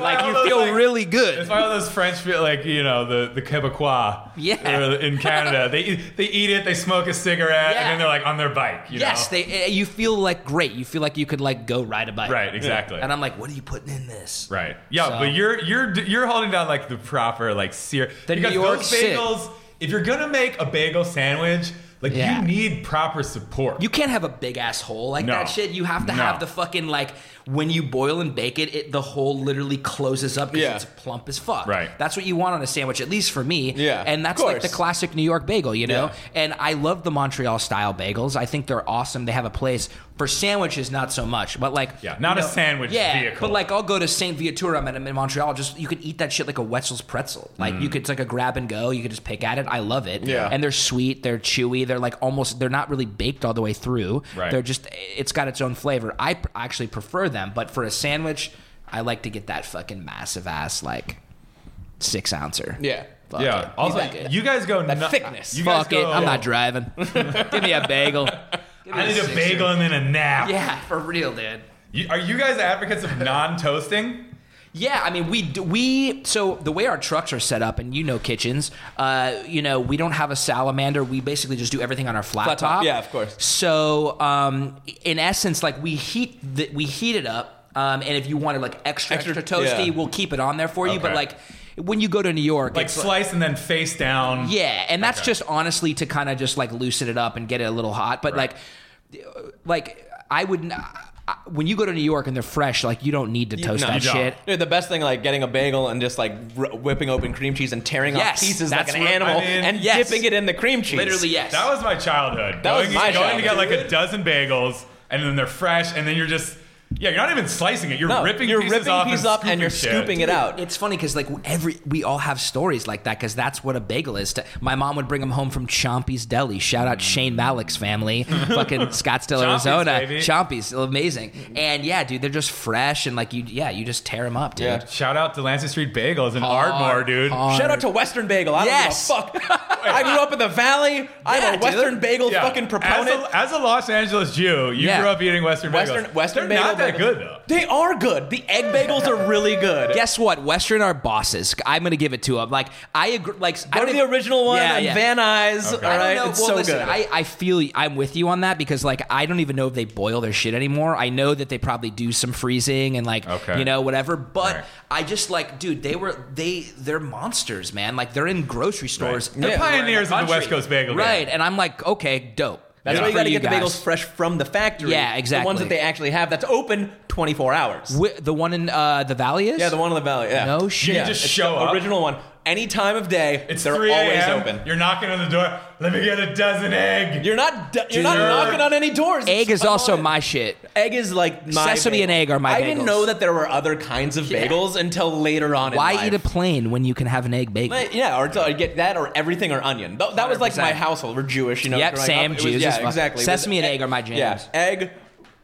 Speaker 3: like
Speaker 1: all
Speaker 3: you
Speaker 1: those,
Speaker 3: feel
Speaker 1: like-
Speaker 3: really good.
Speaker 1: That's why all those French feel like you know the the Quebecois.
Speaker 3: Yeah.
Speaker 1: or in Canada, they eat- they eat it, they smoke a cigarette, and
Speaker 3: Yeah.
Speaker 1: then they're like on their bike. You
Speaker 3: Yes,
Speaker 1: know?
Speaker 3: they. uh, You feel like great. You feel like you could like go ride a bike.
Speaker 1: Right, exactly.
Speaker 3: And I'm like, what are you putting in this?
Speaker 1: Right. Yeah,
Speaker 3: So-
Speaker 1: but you're you're you're holding down like the proper like sear
Speaker 3: The
Speaker 1: because
Speaker 3: New York
Speaker 1: those
Speaker 3: sit.
Speaker 1: bagels. If you're gonna make a bagel sandwich, like
Speaker 3: Yeah.
Speaker 1: you need proper support.
Speaker 3: You can't have a big ass hole like
Speaker 1: No.
Speaker 3: that shit. You have to
Speaker 1: No.
Speaker 3: have the fucking like when you boil and bake it, it the hole literally closes up because
Speaker 2: Yeah.
Speaker 3: it's plump as fuck.
Speaker 1: Right.
Speaker 3: That's what you want on a sandwich, at least for me.
Speaker 2: Yeah,
Speaker 3: And
Speaker 2: of
Speaker 3: that's like
Speaker 2: course.
Speaker 3: the classic New York bagel, you know?
Speaker 2: Yeah.
Speaker 3: And I love the Montreal style bagels. I think they're awesome. They have a place. For sandwiches, not so much. But like
Speaker 1: Yeah, not
Speaker 3: you
Speaker 1: a sandwich
Speaker 3: yeah,
Speaker 1: vehicle.
Speaker 3: But like I'll go to St. Viatura I'm in, in Montreal, just you could eat that shit like a Wetzel's pretzel. Like
Speaker 1: Mm.
Speaker 3: you could it's like a grab and go, you could just pick at it. I love it.
Speaker 2: Yeah.
Speaker 3: And they're sweet, they're chewy, they're like almost they're not really baked all the way through.
Speaker 1: Right.
Speaker 3: They're just it's got its own flavor. I pr- actually prefer them, but for a sandwich, I like to get that fucking massive ass like six ouncer.
Speaker 2: Yeah.
Speaker 3: Fuck it.
Speaker 1: yeah. Also,
Speaker 3: Fuck it.
Speaker 1: you guys go
Speaker 2: That
Speaker 1: nu-
Speaker 2: thickness.
Speaker 1: You guys
Speaker 3: fuck
Speaker 1: go,
Speaker 3: it. I'm not driving. Give me a bagel. Give me
Speaker 1: I need a
Speaker 3: sixer.
Speaker 1: bagel and then a nap.
Speaker 3: Yeah, for real, dude.
Speaker 1: You- are you guys advocates of non-toasting?
Speaker 3: Yeah, I mean, we d- we so the way our trucks are set up, and you know, kitchens. Uh, you know, we don't have a salamander. We basically just do everything on our flat,
Speaker 2: Flat top,
Speaker 3: top.
Speaker 2: yeah, of course.
Speaker 3: So, um, in essence, like we heat the, we heat it up. Um, and if you wanted like extra extra,
Speaker 2: Extra-
Speaker 3: toasty,
Speaker 2: yeah.
Speaker 3: we'll keep it on there for you. But
Speaker 1: Okay.
Speaker 3: like when you go to New York,
Speaker 1: Like
Speaker 3: it's
Speaker 1: slice and then face down.
Speaker 3: yeah, and that's
Speaker 1: Okay.
Speaker 3: just honestly to kind of just like loosen it up and get it a little hot. But
Speaker 1: Right.
Speaker 3: like, like I would. n- I- When you go to New York and they're fresh, like you don't need to toast
Speaker 2: no,
Speaker 3: that
Speaker 1: you don't.
Speaker 3: shit.
Speaker 2: Dude, the best thing like getting a bagel and just like r- whipping open cream cheese and tearing
Speaker 3: Yes,
Speaker 2: off pieces like
Speaker 3: that's
Speaker 2: an
Speaker 3: what- I
Speaker 2: animal
Speaker 1: mean,
Speaker 2: and
Speaker 3: yes.
Speaker 2: dipping it in the cream cheese.
Speaker 3: Literally, yes.
Speaker 1: That was my childhood.
Speaker 2: That was
Speaker 1: going,
Speaker 2: my
Speaker 1: going to get like
Speaker 2: childhood.
Speaker 1: a dozen bagels, and then they're fresh, and then you're just yeah, you're not even slicing it. You're
Speaker 2: No,
Speaker 1: ripping
Speaker 2: you're
Speaker 1: pieces
Speaker 2: ripping
Speaker 1: off
Speaker 2: pieces
Speaker 1: and
Speaker 2: up and you're
Speaker 1: shit.
Speaker 2: scooping it out.
Speaker 3: It's funny because like every we all have stories like that because that's what a bagel is. To, my mom would bring them home from Chompy's Deli. Shout
Speaker 2: Mm.
Speaker 3: out Shane Malik's family, fucking Scottsdale,
Speaker 1: Chompy's,
Speaker 3: Arizona.
Speaker 1: baby.
Speaker 3: Chompy's, amazing.
Speaker 2: Mm-hmm.
Speaker 3: And yeah, dude, they're just fresh and like you, yeah, you just tear them up, dude.
Speaker 2: Yeah.
Speaker 1: Shout out to Lansing Street Bagels in
Speaker 3: Hard,
Speaker 1: Ardmore, dude.
Speaker 3: hard.
Speaker 2: Shout out to Western Bagel. I don't
Speaker 3: Yes.
Speaker 2: give a fuck. I grew up in the Valley.
Speaker 3: Yeah,
Speaker 2: I'm a
Speaker 3: dude.
Speaker 2: Western Bagel
Speaker 1: Yeah.
Speaker 2: fucking proponent.
Speaker 1: As a, as a Los Angeles Jew, you
Speaker 3: Yeah.
Speaker 1: grew up eating Western bagels.
Speaker 2: Western Western
Speaker 1: They're
Speaker 2: bagel.
Speaker 1: not that
Speaker 2: bagels.
Speaker 1: good though.
Speaker 2: They are good. The egg bagels are really good.
Speaker 3: Guess what? Western are bosses. I'm gonna give it to them. Like I agree. Like I
Speaker 2: Go to
Speaker 3: don't
Speaker 2: the
Speaker 3: even-
Speaker 2: original one
Speaker 3: Yeah,
Speaker 2: and
Speaker 3: yeah.
Speaker 2: Van Nuys.
Speaker 1: Okay.
Speaker 2: All
Speaker 1: I
Speaker 3: I
Speaker 2: right,
Speaker 3: don't know.
Speaker 2: it's
Speaker 3: well,
Speaker 2: so
Speaker 3: listen,
Speaker 2: good.
Speaker 3: I, I feel I'm with you on that because like I don't even know if they boil their shit anymore. I know that they probably do some freezing and like
Speaker 1: Okay.
Speaker 3: you know whatever. But
Speaker 1: Right.
Speaker 3: I just like, dude, they were they they're monsters, man. Like they're in grocery stores.
Speaker 1: They're
Speaker 3: everywhere in
Speaker 1: pioneers of the
Speaker 3: country.
Speaker 1: West Coast bagel game.
Speaker 3: right? And I'm like, okay, dope.
Speaker 2: That's
Speaker 1: Yeah.
Speaker 2: why you
Speaker 3: For
Speaker 2: got to get the
Speaker 3: guys.
Speaker 2: bagels fresh from the factory.
Speaker 3: Yeah, exactly.
Speaker 2: The ones that they actually have that's open 24 hours.
Speaker 3: Wh- the one in uh, the valley is
Speaker 2: yeah, the one in the valley. Yeah.
Speaker 3: No shit.
Speaker 1: You just
Speaker 2: It's
Speaker 1: show
Speaker 2: the
Speaker 1: up.
Speaker 2: Original one. Any time of day,
Speaker 1: It's
Speaker 2: they're
Speaker 1: 3
Speaker 2: always
Speaker 1: a.m.
Speaker 2: open.
Speaker 1: You're knocking on the door. Let me get a dozen egg.
Speaker 2: You're not du- you're not
Speaker 1: Dude.
Speaker 2: knocking on any doors.
Speaker 3: Egg is
Speaker 2: Come
Speaker 3: also
Speaker 2: on.
Speaker 3: my shit.
Speaker 2: Egg is like my
Speaker 3: Sesame and
Speaker 2: bagel.
Speaker 3: egg are my
Speaker 2: I didn't
Speaker 3: bagels.
Speaker 2: know that there were other kinds of
Speaker 3: Yeah.
Speaker 2: bagels until later on. in
Speaker 3: Why
Speaker 2: life.
Speaker 3: eat a plain when you can have an egg bagel?
Speaker 2: Like, yeah, or it's, uh, get that, or everything, or onion. Th- that was like my
Speaker 3: 100%.
Speaker 2: household. We're Jewish, you know.
Speaker 3: Yep,
Speaker 2: growing
Speaker 3: same,
Speaker 2: up. It
Speaker 3: Jews
Speaker 2: Was, yeah,
Speaker 3: as fuck.
Speaker 2: exactly. It was
Speaker 3: Sesame and egg are my jams.
Speaker 2: Yeah, egg,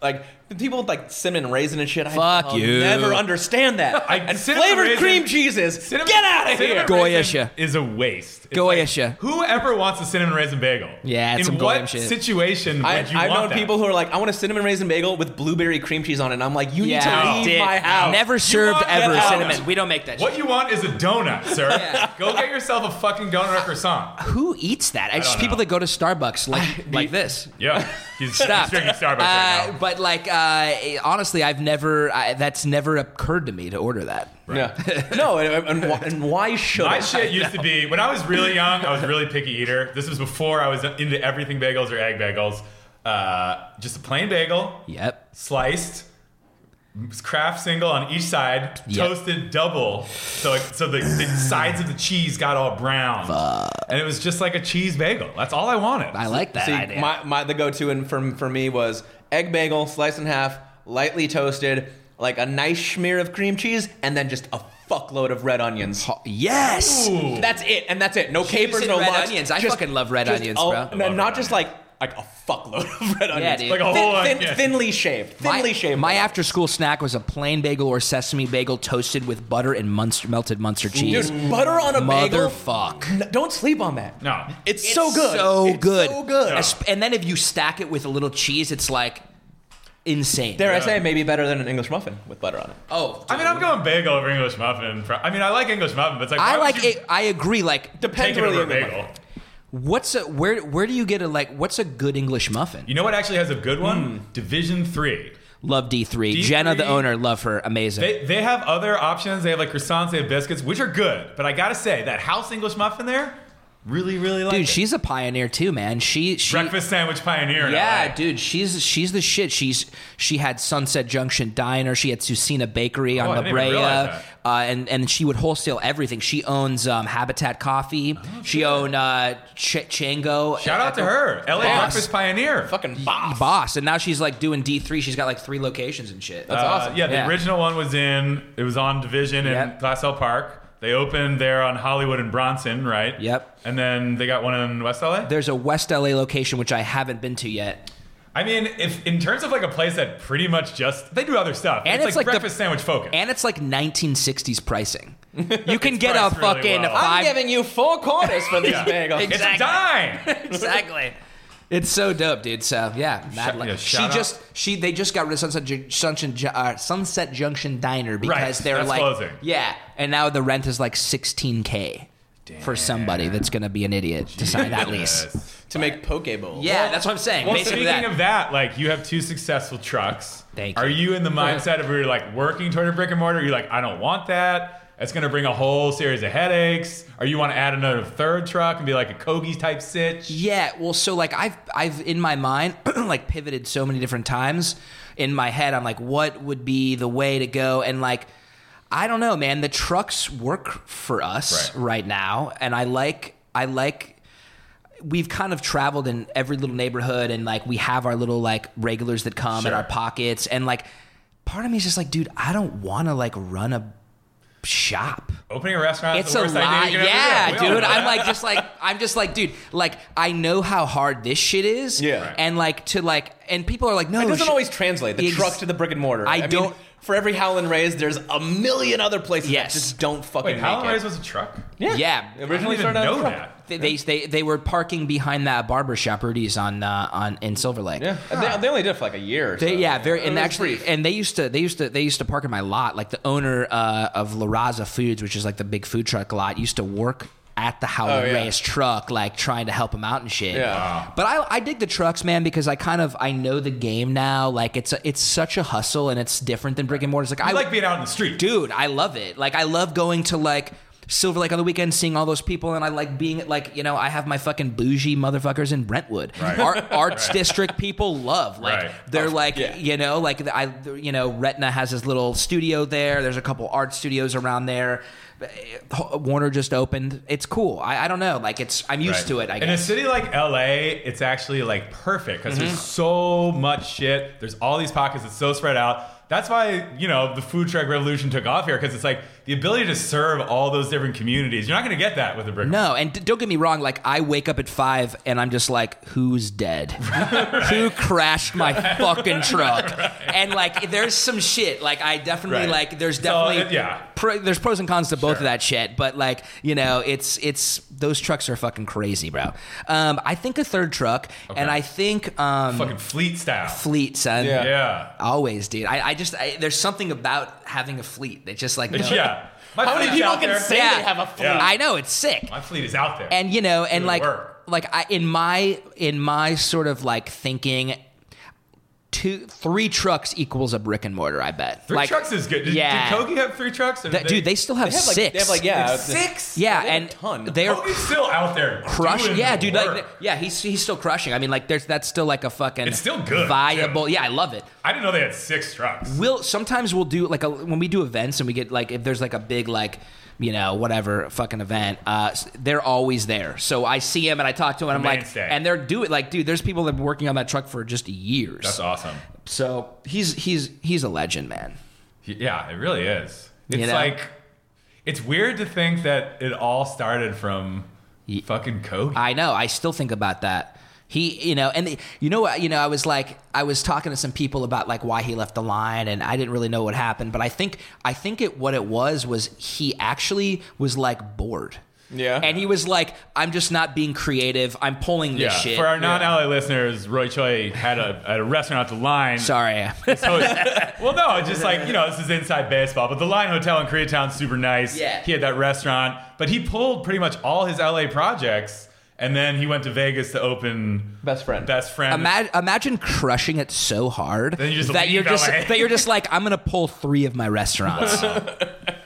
Speaker 2: Like the people with like cinnamon and raisin and shit.
Speaker 3: Fuck
Speaker 2: I I'll
Speaker 3: you.
Speaker 2: Never understand that.
Speaker 1: I-
Speaker 2: and
Speaker 1: cinnamon
Speaker 2: flavored
Speaker 1: raisin-
Speaker 2: cream cheeses.
Speaker 1: Cinnamon-
Speaker 2: get out of
Speaker 1: cinnamon
Speaker 2: here.
Speaker 3: Go-
Speaker 1: raisin
Speaker 3: Goyesha.
Speaker 1: is a waste. It's
Speaker 3: Goyesha.
Speaker 1: Like, whoever wants a cinnamon raisin bagel?
Speaker 3: Yeah, it's
Speaker 1: In
Speaker 3: some
Speaker 1: what
Speaker 3: goyim shit.
Speaker 1: situation would
Speaker 2: I,
Speaker 1: you
Speaker 2: I've
Speaker 1: want
Speaker 2: known
Speaker 1: that?
Speaker 2: people who are like, I want a cinnamon raisin bagel with blueberry cream cheese on it. And I'm like, you
Speaker 3: Yeah. Oh,
Speaker 2: need to leave
Speaker 3: Dick.
Speaker 2: my house.
Speaker 3: Never served
Speaker 1: want
Speaker 3: ever
Speaker 1: that out.
Speaker 3: cinnamon. We don't make that.
Speaker 1: What
Speaker 3: shit.
Speaker 1: you want is a donut, sir. Go get yourself a fucking donut or croissant.
Speaker 3: Who eats that? It's just
Speaker 1: don't
Speaker 3: people
Speaker 1: know.
Speaker 3: that go to Starbucks like like this.
Speaker 1: Yeah, he's, he's
Speaker 3: Stop.
Speaker 1: drinking Starbucks
Speaker 3: Uh,
Speaker 1: right now.
Speaker 3: But like, uh, honestly, I've never. I, that's never occurred to me to order that.
Speaker 2: Yeah. no, and, and, wh- and why should
Speaker 1: My
Speaker 2: I?
Speaker 1: shit used to be when I was really young. I was a really picky eater. This was before I was into everything bagels or egg bagels. Uh, just a plain bagel,
Speaker 3: Yep.
Speaker 1: sliced, craft single on each side,
Speaker 3: Yep.
Speaker 1: toasted double. So it, so the, the sides of the cheese got all brown, and it was just like a cheese bagel. That's all I wanted.
Speaker 3: I like that
Speaker 2: See,
Speaker 3: idea.
Speaker 2: my, my the go-to and for for me was egg bagel, sliced in half, lightly toasted, like a nice smear of cream cheese, and then just a fuckload of red onions.
Speaker 3: yes.
Speaker 1: Ooh.
Speaker 2: That's it, and that's it. No capers,
Speaker 3: and
Speaker 2: no
Speaker 3: red
Speaker 2: lox,
Speaker 3: onions. I
Speaker 2: just-
Speaker 3: fucking love red
Speaker 2: just
Speaker 3: onions,
Speaker 2: a-
Speaker 3: bro.
Speaker 1: I
Speaker 2: No,
Speaker 1: love
Speaker 2: not
Speaker 1: red
Speaker 2: just
Speaker 1: onions.
Speaker 2: like like a fuckload of red onions.
Speaker 3: dude.
Speaker 1: like a whole
Speaker 2: thin,
Speaker 1: onion.
Speaker 2: thin, thinly shaved,
Speaker 3: My-
Speaker 2: thinly shaved.
Speaker 3: My after-school snack was a plain bagel or sesame bagel toasted with butter and munster, melted Munster cheese.
Speaker 2: dude, butter on a bagel.
Speaker 3: Motherfuck.
Speaker 2: N- don't sleep on that.
Speaker 1: No.
Speaker 2: it's, so good.
Speaker 3: So
Speaker 2: It's
Speaker 3: good.
Speaker 2: So good.
Speaker 1: Yeah.
Speaker 3: Esp- And then if you stack it with a little cheese, it's like insane.
Speaker 2: Dare I say, maybe better than an English muffin with butter on it.
Speaker 3: oh,
Speaker 1: I mean, I'm going bagel over English muffin. Pro- I mean, I like English muffin, but it's like why
Speaker 3: I
Speaker 1: would
Speaker 3: like
Speaker 1: you
Speaker 3: it. I agree. Like,
Speaker 1: Take
Speaker 2: Depends
Speaker 1: it
Speaker 2: really
Speaker 1: over
Speaker 2: on
Speaker 1: a
Speaker 2: the muffin.
Speaker 1: bagel.
Speaker 3: what's a where? Where do you get a like? What's a good English muffin?
Speaker 1: You know what actually has a good
Speaker 3: Mm.
Speaker 1: one? Division three.
Speaker 3: Love D three.
Speaker 1: D3.
Speaker 3: Jenna, the owner, love her. Amazing.
Speaker 1: They, they have other options. They have like croissants. They have biscuits, which are good. But I gotta say that house English muffin there, really really like.
Speaker 3: dude,
Speaker 1: it.
Speaker 3: she's a pioneer too, man. She she.
Speaker 1: breakfast sandwich pioneer. in
Speaker 3: Yeah,
Speaker 1: LA.
Speaker 3: dude, she's she's the shit. She's she had Sunset Junction Diner. She had Susina Bakery
Speaker 1: Oh, I
Speaker 3: on La
Speaker 1: didn't even
Speaker 3: Brea,
Speaker 1: realize
Speaker 3: uh,
Speaker 1: that.
Speaker 3: and and she would wholesale everything. She owns um, Habitat Coffee. she owned uh, Ch- Chango.
Speaker 1: Oh, Shout out to her, LA
Speaker 3: Boss.
Speaker 1: breakfast pioneer.
Speaker 2: Fucking boss.
Speaker 3: boss, and now she's like doing D three. She's got like three locations and shit.
Speaker 1: Uh,
Speaker 2: awesome.
Speaker 1: Yeah, the
Speaker 3: Yeah.
Speaker 1: original one was in. It was on Division in
Speaker 3: Yep.
Speaker 1: Glassell Park. They opened there on Hollywood and Bronson, right?
Speaker 3: Yep.
Speaker 1: And then they got one in West LA.
Speaker 3: There's a West LA location which I haven't been to yet.
Speaker 1: I mean, if in terms of like a place that pretty much just they do other stuff,
Speaker 3: And
Speaker 1: it's,
Speaker 3: it's
Speaker 1: like,
Speaker 3: like the-
Speaker 1: breakfast sandwich focus.
Speaker 3: And it's like 1960s pricing. You can get a
Speaker 1: priced really
Speaker 3: fucking
Speaker 1: well.
Speaker 2: I'm
Speaker 3: five.
Speaker 2: giving you four quarters for this
Speaker 1: Yeah.
Speaker 2: bagel.
Speaker 1: it's
Speaker 3: Exactly.
Speaker 1: a dime.
Speaker 3: exactly. It's so dope, dude. So yeah, mad
Speaker 1: Shout-
Speaker 3: love.
Speaker 1: yeah,
Speaker 3: she
Speaker 1: shout out.
Speaker 3: just she they just got rid of Sunset Ju- Sunset, Ju- uh, Sunset Junction Diner because they're
Speaker 1: that's
Speaker 3: like
Speaker 1: closing.
Speaker 3: yeah, and now the rent is like 16k for somebody that's gonna be an idiot to sign that lease.
Speaker 1: Yes.
Speaker 2: to make poke bowls.
Speaker 3: Yeah, that's what I'm saying.
Speaker 1: Well,
Speaker 3: Basically
Speaker 1: speaking
Speaker 3: that.
Speaker 1: of that, like you have two successful trucks.
Speaker 3: Thank
Speaker 1: Are
Speaker 3: you.
Speaker 1: you in the mindset of where you're like working toward a brick and mortar? You're like, I don't want that. It's going to bring a whole series of headaches. Or you want to add another third truck and be like a Kogi type sitch.
Speaker 3: Yeah, well, so like I've I've in my mind like pivoted so many different times. In my head, I'm like, what would be the way to go? And like, I don't know, man. The trucks work for us
Speaker 1: Right.
Speaker 3: right, now, and I like I like. We've kind of traveled in every little neighborhood, and like we have our little like regulars that come in
Speaker 1: Sure.
Speaker 3: our pockets, and like part of me is just like, dude, I don't want to like run a shop
Speaker 1: Opening a restaurant
Speaker 3: it's
Speaker 1: is the
Speaker 3: a
Speaker 1: worst
Speaker 3: lot.
Speaker 1: idea you can ever
Speaker 3: Yeah,
Speaker 1: do. We all
Speaker 3: dude.
Speaker 1: know
Speaker 3: I'm
Speaker 1: that.
Speaker 3: like just like I'm just like, dude, like I know how hard this shit is.
Speaker 2: Yeah. Right.
Speaker 3: And like to like and people are like, no,
Speaker 2: It doesn't
Speaker 3: shit-
Speaker 2: always translate the
Speaker 3: Ex-
Speaker 2: truck to the brick and mortar.
Speaker 3: I
Speaker 2: Mean,
Speaker 3: don't-
Speaker 2: for every Howlin' Rays, there's a million other places
Speaker 3: Yes.
Speaker 2: that just don't fucking
Speaker 1: Wait,
Speaker 2: make
Speaker 1: how
Speaker 2: it.
Speaker 1: long was a truck?
Speaker 2: yeah.
Speaker 3: Yeah.
Speaker 2: It
Speaker 1: I don't
Speaker 2: Originally
Speaker 1: even
Speaker 2: started out as
Speaker 1: know
Speaker 2: a truck.
Speaker 1: that.
Speaker 3: They, they they they were parking behind that barber shop Rudy's on uh, on in Silver Lake.
Speaker 2: Yeah, And they, they only did it for like a year. Or so.
Speaker 3: They, yeah, very
Speaker 2: It
Speaker 3: and
Speaker 2: was
Speaker 3: actually,
Speaker 2: brief.
Speaker 3: and they used to, they used to, they used to park in my lot. Like the owner uh, of La Raza Foods, which is like the big food truck lot, used to work at the Howard
Speaker 2: Oh, yeah.
Speaker 3: Reyes truck, like trying to help him out and shit.
Speaker 2: Yeah.
Speaker 1: Wow.
Speaker 3: But I, I dig the trucks, man, because I kind of I know the game now. Like it's a, it's such a hustle, and it's different than brick and mortar. It's like
Speaker 1: I
Speaker 3: I
Speaker 1: like being out in the street.
Speaker 3: dude, I love it. Like I love going to like Silver Lake on the weekend, seeing all those people, and I like being like you know I have my fucking bougie motherfuckers in Brentwood.
Speaker 1: Right.
Speaker 3: Our arts district people love like
Speaker 1: Right.
Speaker 3: they're like
Speaker 2: yeah.
Speaker 3: you know like I you know Retina has his little studio there. There's a couple art studios around there. Warner just opened. It's cool. I, I don't know. Like it's I'm used
Speaker 1: Right.
Speaker 3: to it. I
Speaker 1: In a
Speaker 3: guess. Mm-hmm.
Speaker 1: city like LA, it's actually like perfect because there's so much shit. There's all these pockets. It's so spread out. That's why you know the food truck revolution took off here because it's like the ability to serve all those different communities. You're not going to get that with a brick.
Speaker 3: No, and d- don't get me wrong. Like I wake up at five and I'm just like, who's dead? Who crashed my fucking truck? And like, there's some shit. Like I definitely
Speaker 1: Right.
Speaker 3: like. There's
Speaker 1: all-
Speaker 3: definitely
Speaker 1: yeah.
Speaker 3: Pro, there's pros and cons to both of
Speaker 1: Sure.
Speaker 3: that shit, but like you know, it's it's those trucks are fucking crazy, bro. Um, I think a third truck, and I think um,
Speaker 1: fucking fleet style.
Speaker 3: fleet, son.
Speaker 2: Yeah.
Speaker 1: yeah,
Speaker 3: Always, dude. I, I just I, there's something about having a fleet that just like no-
Speaker 1: yeah. My
Speaker 2: How many
Speaker 1: fleet's
Speaker 2: people
Speaker 1: out
Speaker 2: can
Speaker 1: there.
Speaker 2: say- they have a fleet.
Speaker 1: Yeah.
Speaker 3: I know it's sick.
Speaker 1: My fleet is out there.
Speaker 3: and you know and
Speaker 1: Good
Speaker 3: like
Speaker 1: work.
Speaker 3: like I, in my in my sort of like thinking two three trucks equals a brick and mortar i bet
Speaker 1: three
Speaker 3: like,
Speaker 1: trucks is good. Did,
Speaker 3: yeah.
Speaker 1: did Kogi have three trucks? Or
Speaker 3: that,
Speaker 1: did
Speaker 3: dude they still have,
Speaker 2: They have like,
Speaker 3: six
Speaker 2: They have like yeah,
Speaker 1: Like
Speaker 2: the-
Speaker 1: six.
Speaker 3: yeah
Speaker 2: they have a
Speaker 3: and
Speaker 2: ton.
Speaker 3: they are
Speaker 1: Kogi's still out there.
Speaker 3: crushing
Speaker 1: doing
Speaker 3: yeah
Speaker 1: the
Speaker 3: dude
Speaker 1: work.
Speaker 3: like yeah he's he's still crushing i mean like there's that's still like a fucking
Speaker 1: It's still good,
Speaker 3: viable yeah i love it
Speaker 1: I didn't know they had six trucks.
Speaker 3: we'll sometimes we'll do like a, when we do events and we get like if there's like a big like you know whatever fucking event uh s- they're always there so i see him and i talk to him and i'm
Speaker 1: Mainstay.
Speaker 3: like and they're do it like dude there's people that have been working on that truck for just years
Speaker 1: That's awesome.
Speaker 3: so he's he's he's a legend man
Speaker 1: Yeah, it really is. It's
Speaker 3: You know?
Speaker 1: like it's weird to think that it all started from
Speaker 3: Ye-
Speaker 1: fucking Kogi.
Speaker 3: I know. I still think about that. He, you know, and the, you know what, you know, I was like, I was talking to some people about like why he left the line, and I didn't really know what happened, but I think, I think it what it was was he actually was like bored.
Speaker 2: Yeah.
Speaker 3: and he was like, "I'm just not being creative. I'm pulling
Speaker 1: yeah.
Speaker 3: this shit."
Speaker 1: For our non-LA listeners, Roy Choi had a at a restaurant at the Line.
Speaker 3: Sorry,
Speaker 1: So it- well, no, it's just like you know, this is inside baseball, but the Line Hotel in Koreatown's super nice.
Speaker 3: Yeah.
Speaker 1: He had that restaurant, but he pulled pretty much all his LA projects, and then he went to Vegas to open
Speaker 2: Best friend.
Speaker 1: Best friend.
Speaker 3: imagine, imagine crushing it so hard
Speaker 1: Then you just
Speaker 3: that
Speaker 1: leave
Speaker 3: you're just
Speaker 1: LA.
Speaker 3: that you're just like, "I'm gonna pull three of my restaurants."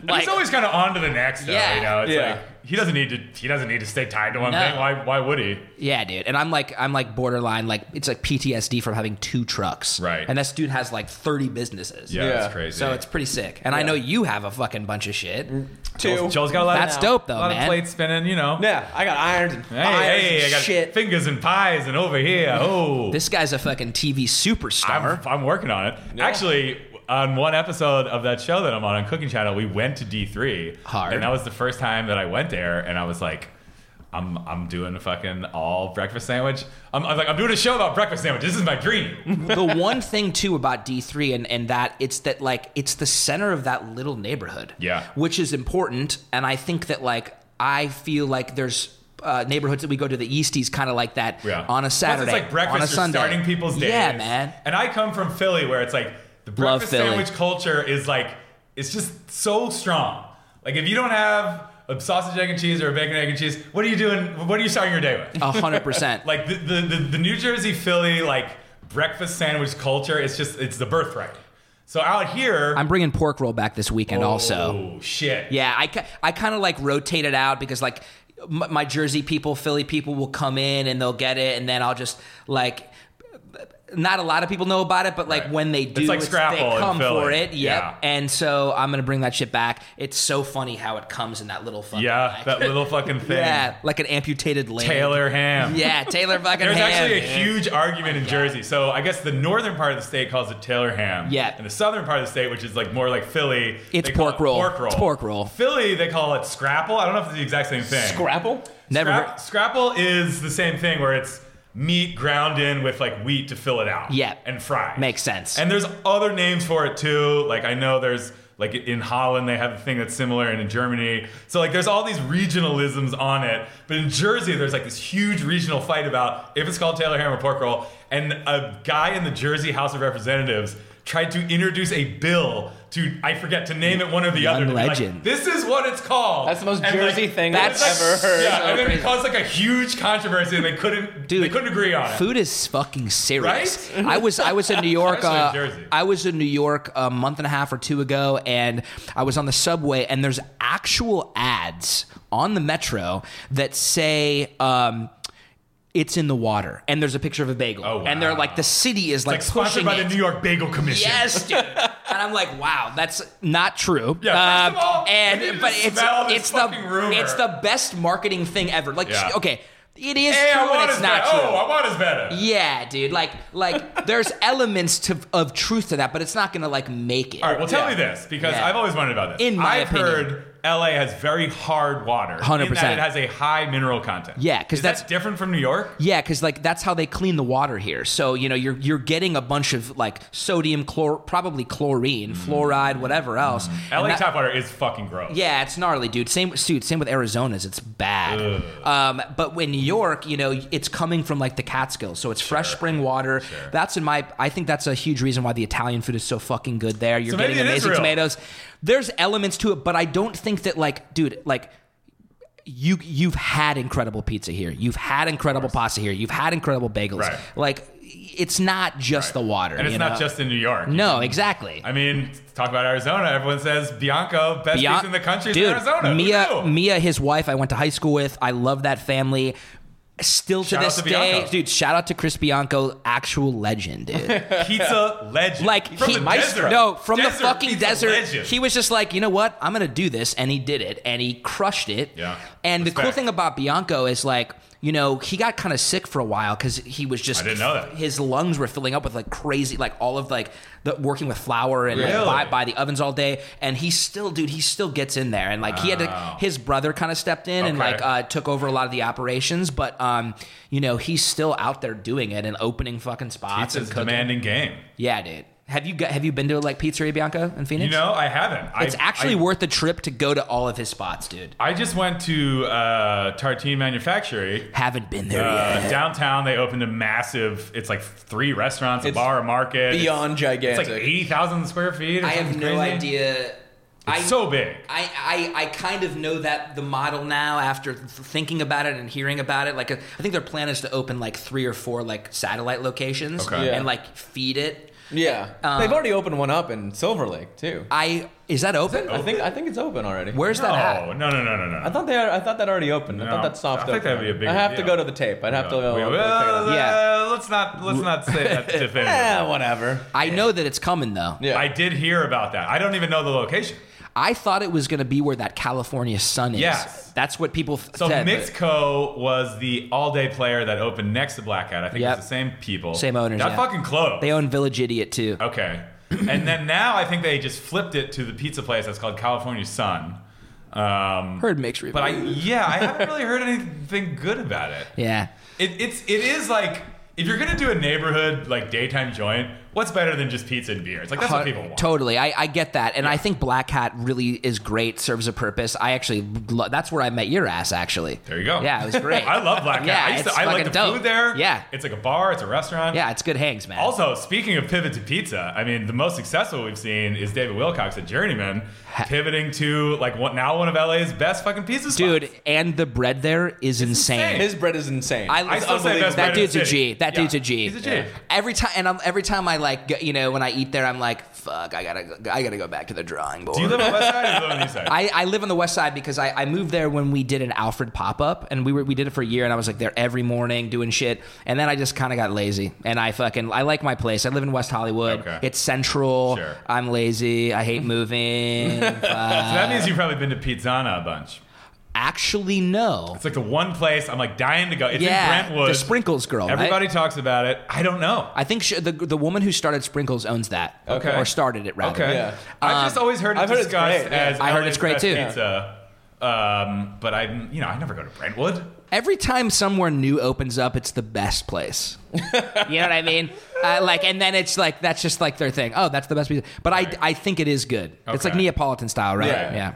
Speaker 3: like,
Speaker 1: he's always kind of on to the next, though.
Speaker 3: Yeah.
Speaker 1: You know, it's
Speaker 2: Yeah.
Speaker 1: like he doesn't need to. He doesn't need to stay tied to one
Speaker 3: No.
Speaker 1: thing. Why? Why would he?
Speaker 3: Yeah, dude. And I'm like, I'm like borderline, like it's like PTSD from having two trucks.
Speaker 1: Right.
Speaker 3: And this dude has like 30 businesses.
Speaker 1: Yeah,
Speaker 2: Yeah.
Speaker 1: that's crazy.
Speaker 3: So it's pretty sick. And I know you have a fucking bunch of shit.
Speaker 2: two.
Speaker 1: Joel's- Joel's got a lot.
Speaker 3: That's
Speaker 1: of,
Speaker 3: dope, though,
Speaker 1: a lot
Speaker 3: man.
Speaker 1: Of plates spinning, you know.
Speaker 2: yeah, I got irons and
Speaker 1: Hey,
Speaker 2: irons
Speaker 1: hey,
Speaker 2: and
Speaker 1: I got
Speaker 2: shit.
Speaker 1: fingers and pies, and over here. Oh,
Speaker 3: This guy's a fucking TV
Speaker 1: I'm,
Speaker 3: superstar.
Speaker 1: I'm working on it. Actually, on one episode of that show that I'm on on Cooking Channel, we went to D3,
Speaker 3: Hard.
Speaker 1: and that was the first time that I went there, and I was like. I'm, I'm doing a fucking all breakfast sandwich. I'm, I'm like I'm doing a show about breakfast sandwich. This is my dream.
Speaker 3: the one thing too about D3 and, and that it's that like it's the center of that little neighborhood.
Speaker 1: Yeah.
Speaker 3: Which is important. And I think that like I feel like there's uh, neighborhoods that we go to the Easties kind of like that
Speaker 1: Yeah.
Speaker 3: on a
Speaker 1: Plus,
Speaker 3: Saturday.
Speaker 1: it's like breakfast
Speaker 3: on a
Speaker 1: you're
Speaker 3: Sunday.
Speaker 1: starting people's days.
Speaker 3: Yeah, man.
Speaker 1: And I come from Philly where it's like the
Speaker 3: Love
Speaker 1: breakfast
Speaker 3: Philly.
Speaker 1: sandwich culture is like it's just so strong. Like if you don't have a sausage egg and cheese or a bacon egg and cheese, what are you doing? What are you starting your day with?
Speaker 3: A hundred percent.
Speaker 1: Like the, the, the, the New Jersey Philly like breakfast sandwich culture is just it's the birthright. So out here
Speaker 3: I'm bringing pork roll back this weekend also.
Speaker 1: Oh shit.
Speaker 3: Yeah, I, ki- I kind of like rotate it out because like m- my Jersey people, Philly people will come in and they'll get it, and then I'll just like. Not a lot of people know about it, but like
Speaker 1: Right.
Speaker 3: when they do,
Speaker 1: It's like
Speaker 3: they
Speaker 1: Scrapple in
Speaker 3: come
Speaker 1: Philly.
Speaker 3: for it. Yep.
Speaker 1: Yeah.
Speaker 3: And so I'm gonna bring that shit back. It's so funny how it comes in that little fucking
Speaker 1: Yeah,
Speaker 3: like-
Speaker 1: that little fucking thing.
Speaker 3: yeah, like an amputated limb.
Speaker 1: Taylor Ham.
Speaker 3: Yeah, Taylor fucking.
Speaker 1: There's
Speaker 3: Ham,
Speaker 1: actually a
Speaker 3: dude.
Speaker 1: huge argument in Jersey. So I guess the northern part of the state calls it Taylor ham.
Speaker 3: Yeah.
Speaker 1: And the southern part of the state, which is like more like Philly,
Speaker 3: It's
Speaker 1: they call
Speaker 3: pork
Speaker 1: it
Speaker 3: roll.
Speaker 1: Pork roll.
Speaker 3: It's pork roll.
Speaker 1: Philly, they call it scrapple. I don't know if it's the exact same thing.
Speaker 2: Scrapple.
Speaker 3: never.
Speaker 1: Scrap-
Speaker 3: heard-
Speaker 1: scrapple is the same thing where it's meat ground in with like wheat to fill it out.
Speaker 3: Yeah.
Speaker 1: And fried.
Speaker 3: Makes sense.
Speaker 1: And there's other names for it too. Like I know there's like in Holland they have a thing that's similar, and in Germany, so like there's all these regionalisms on it. But in Jersey, there's like this huge regional fight about if it's called Taylor ham or pork roll. And a guy in the Jersey House of Representatives tried to introduce a bill to I forget to name it one or the other. to be like,
Speaker 3: legend.
Speaker 1: this is what it's called.
Speaker 2: That's the most
Speaker 1: And,
Speaker 2: Jersey thing I've
Speaker 1: it's like-
Speaker 2: ever heard.
Speaker 1: Yeah,
Speaker 2: So
Speaker 1: and then
Speaker 3: crazy.
Speaker 1: it caused like a huge controversy, and they couldn't
Speaker 3: Dude,
Speaker 1: they couldn't agree on it.
Speaker 3: Food is fucking serious.
Speaker 1: Right?
Speaker 3: I was I was in New York.
Speaker 1: Especially in
Speaker 3: uh,
Speaker 1: Jersey.
Speaker 3: I was in New York a month and a half or two ago, and I was on the subway, and there's actual ads on the metro that say. Um, it's in the water, and there's a picture of a bagel,
Speaker 1: Oh, wow.
Speaker 3: and they're like the city is
Speaker 1: Like
Speaker 3: like,
Speaker 1: sponsored
Speaker 3: pushing
Speaker 1: by
Speaker 3: it.
Speaker 1: the New York Bagel Commission.
Speaker 3: Yes, dude. and I'm like, wow, that's not true. Um,
Speaker 1: Yeah, first of all, I need
Speaker 3: and
Speaker 1: to
Speaker 3: but
Speaker 1: smell
Speaker 3: it's
Speaker 1: this
Speaker 3: it's the
Speaker 1: fucking rumor.
Speaker 3: it's the best marketing thing ever. Like,
Speaker 1: Yeah.
Speaker 3: okay, It is
Speaker 1: Hey, I
Speaker 3: true
Speaker 1: want
Speaker 3: and
Speaker 1: is
Speaker 3: it's not
Speaker 1: better.
Speaker 3: true.
Speaker 1: Oh, I want is better.
Speaker 3: yeah, dude. Like, like there's elements to of truth to that, but it's not gonna like make it.
Speaker 1: All right, well, tell me
Speaker 2: Yeah.
Speaker 1: this because
Speaker 3: Yeah.
Speaker 1: I've always wondered about this.
Speaker 3: In my
Speaker 1: I've
Speaker 3: opinion.
Speaker 1: heard LA has very hard water. in that
Speaker 3: 100%.
Speaker 1: It has a high mineral content.
Speaker 3: Yeah, 'cause
Speaker 1: Is
Speaker 3: that's-
Speaker 1: that different from New York.
Speaker 3: Yeah, because like that's how they clean the water here. So you know you're you're getting a bunch of like sodium, chlor, probably chlorine,
Speaker 1: Mm-hmm.
Speaker 3: fluoride, whatever else. And
Speaker 1: LA
Speaker 3: that-
Speaker 1: tap water is fucking gross.
Speaker 3: Yeah, it's gnarly, dude. Same, dude. Same with Arizona's. It's bad. Um, but when New York, you know, it's coming from like the Catskills, so it's fresh spring water. That's in my. I think that's a huge reason why the Italian food is so fucking good there. You're
Speaker 1: So maybe
Speaker 3: getting
Speaker 1: it is
Speaker 3: amazing
Speaker 1: real.
Speaker 3: tomatoes. There's elements to it, but I don't think that like, dude, like. You you've had incredible pizza here. You've had incredible pasta here. You've had incredible bagels.
Speaker 1: Right.
Speaker 3: Like it's not just the water.
Speaker 1: and it's
Speaker 3: you
Speaker 1: not
Speaker 3: know?
Speaker 1: just in New York.
Speaker 3: no, exactly.
Speaker 1: I mean, talk about Arizona. Everyone says Bianco, best
Speaker 3: Bian-
Speaker 1: piece in the country, is
Speaker 3: Dude,
Speaker 1: Arizona. Who
Speaker 3: Mia,
Speaker 1: knew?
Speaker 3: Mia, his wife, I went to high school with. I love that family. Still to
Speaker 1: Shout out
Speaker 3: this
Speaker 1: to
Speaker 3: day,
Speaker 1: Bianco.
Speaker 3: dude. Shout out to Chris Bianco, actual legend, dude.
Speaker 1: pizza legend.
Speaker 3: Like
Speaker 1: from
Speaker 3: he,
Speaker 1: the desert.
Speaker 3: no, from
Speaker 1: Desert
Speaker 3: the fucking
Speaker 1: pizza
Speaker 3: desert.
Speaker 1: legend.
Speaker 3: He was just like, you know what? I'm gonna do this, and he did it, and he crushed it.
Speaker 1: Yeah.
Speaker 3: And the cool
Speaker 1: Respect.
Speaker 3: thing about Bianco is like. You know, he got kind of sick for a while because he was just.
Speaker 1: I didn't know that.
Speaker 3: His lungs were filling up with like crazy, like all of like the working with flour and like,
Speaker 1: Really?
Speaker 3: by, by the ovens all day. And he still, dude, he still gets in there. And like he had to,
Speaker 1: Wow.
Speaker 3: his brother kind of stepped in and
Speaker 1: Okay.
Speaker 3: like uh, took over a lot of the operations. But um, you know, he's still out there doing it and opening fucking spots
Speaker 1: Pizza's
Speaker 3: and
Speaker 1: a
Speaker 3: cooking.
Speaker 1: demanding game.
Speaker 3: Yeah, dude. Have you got, have you been to like Pizzeria Bianca in Phoenix?
Speaker 1: You know, I haven't.
Speaker 3: it's
Speaker 1: I,
Speaker 3: actually
Speaker 1: I,
Speaker 3: worth the trip to go to all of his spots, dude.
Speaker 1: I just went to uh, Tartine Manufactory.
Speaker 3: Haven't been there
Speaker 1: Uh,
Speaker 3: yet.
Speaker 1: downtown, they opened a massive. It's like three restaurants, a
Speaker 2: It's
Speaker 1: bar, a market. It's-
Speaker 2: Beyond
Speaker 1: It's
Speaker 2: gigantic.
Speaker 1: like eighty thousand square feet. Or
Speaker 3: I have
Speaker 1: something
Speaker 3: no
Speaker 1: crazy.
Speaker 3: idea. I,
Speaker 1: It's so big.
Speaker 3: I, I, I kind of know that the model now after th- thinking about it and hearing about it. Like, uh, I think their plan is to open like three or four like satellite locations
Speaker 1: Okay.
Speaker 2: Yeah.
Speaker 3: and like feed it.
Speaker 2: Yeah,
Speaker 3: Um,
Speaker 2: they've already opened one up in Silver Lake too.
Speaker 3: I is that open?
Speaker 2: I think I think it's open already.
Speaker 3: Where's that at?
Speaker 1: No, no, no, no, no, no.
Speaker 2: I thought they are, I thought that already opened. I
Speaker 1: No,
Speaker 2: thought that soft.
Speaker 1: I think
Speaker 2: opened.
Speaker 1: that'd be a bigger
Speaker 2: I have to
Speaker 1: deal.
Speaker 2: go to the tape. I'd have to go.
Speaker 1: We-
Speaker 2: I'll go
Speaker 1: well,
Speaker 2: pick it up.
Speaker 3: Yeah.
Speaker 1: uh, let's not let's not say that definitively.
Speaker 2: Yeah, whatever.
Speaker 3: I know that it's coming though.
Speaker 2: Yeah.
Speaker 1: I did hear about that. I don't even know the location.
Speaker 3: I thought it was going to be where that California sun is.
Speaker 1: Yes.
Speaker 3: That's what people th-
Speaker 1: So
Speaker 3: said.
Speaker 1: Mixco was the all-day player that opened next to Black Hat. I think
Speaker 3: Yep.
Speaker 1: it was the same people,
Speaker 3: Same owners,
Speaker 1: That
Speaker 3: yeah.
Speaker 1: fucking closed.
Speaker 3: They own Village Idiot too.
Speaker 1: okay, and then now I think they just flipped it to the pizza place that's called California Sun. Um,
Speaker 3: Heard mixed reviews.
Speaker 1: but I yeah, I haven't really heard anything good about it.
Speaker 3: yeah.
Speaker 1: It, it's it is like if you're gonna do a neighborhood like daytime joint, what's better than just pizza and beer? It's like that's what
Speaker 3: Hun-
Speaker 1: people want.
Speaker 3: Totally, I, I get that, and I think Black Hat really is great, serves a purpose. I actually, lo- that's where I met your ass, actually.
Speaker 1: There you go.
Speaker 3: Yeah, it was great.
Speaker 1: I love Black Hat.
Speaker 3: Yeah,
Speaker 1: I used to,
Speaker 3: it's
Speaker 1: I like
Speaker 3: fucking
Speaker 1: the
Speaker 3: dope.
Speaker 1: food there.
Speaker 3: Yeah.
Speaker 1: It's like a bar, it's a restaurant.
Speaker 3: Yeah, it's good hangs, man.
Speaker 1: Also, speaking of pivot to pizza, I mean, the most successful we've seen is David Wilcox at Journeyman pivoting to like what now one of LA's best fucking pizza spots.
Speaker 3: dude, and the bread there is insane.
Speaker 1: insane.
Speaker 2: His bread is insane.
Speaker 3: I,
Speaker 1: I still say best
Speaker 3: that
Speaker 1: bread in the
Speaker 3: dude's a
Speaker 1: city.
Speaker 3: G. That
Speaker 1: Yeah.
Speaker 3: dude's a G.
Speaker 1: He's a G.
Speaker 3: Yeah. Every time, and I'm, every time I like, go- you know, when I eat there, I'm like, fuck, I gotta, go- I gotta go back to the drawing board.
Speaker 1: Do you live on the west side or do you live on the east side?
Speaker 3: I, I live on the west side because I, I moved there when we did an Alfred pop up and we were we did it for a year and I was like there every morning doing shit and then I just kind of got lazy and I fucking I like my place I live in West Hollywood
Speaker 1: Okay.
Speaker 3: it's central
Speaker 1: Sure.
Speaker 3: I'm lazy I hate moving Uh,
Speaker 1: so that means you've probably been to Pizzana a bunch.
Speaker 3: actually no
Speaker 1: It's like the one place I'm like dying to go. It's
Speaker 3: yeah
Speaker 1: in Brentwood.
Speaker 3: the Sprinkles girl right?
Speaker 1: Everybody talks about it. I don't know.
Speaker 3: I think she, the the woman who started Sprinkles owns that
Speaker 1: Okay.
Speaker 3: or started it rather
Speaker 1: Okay.
Speaker 2: Yeah.
Speaker 1: I've just always heard it
Speaker 2: I've heard it's
Speaker 1: discussed
Speaker 2: great, yeah.
Speaker 1: as
Speaker 3: Um, I heard
Speaker 1: LA's
Speaker 3: it's great,
Speaker 1: best
Speaker 3: too.
Speaker 1: Pizza. Um, but I'm, you know, I never go to Brentwood.
Speaker 3: every time somewhere new opens up, it's the best place. you know what I mean? Uh, like, and then it's like that's just like their thing. Oh, that's the best pizza. But
Speaker 1: Right.
Speaker 3: I, I think it is good. It's like
Speaker 1: Okay.
Speaker 3: Neapolitan style, right?
Speaker 1: Yeah.
Speaker 3: yeah.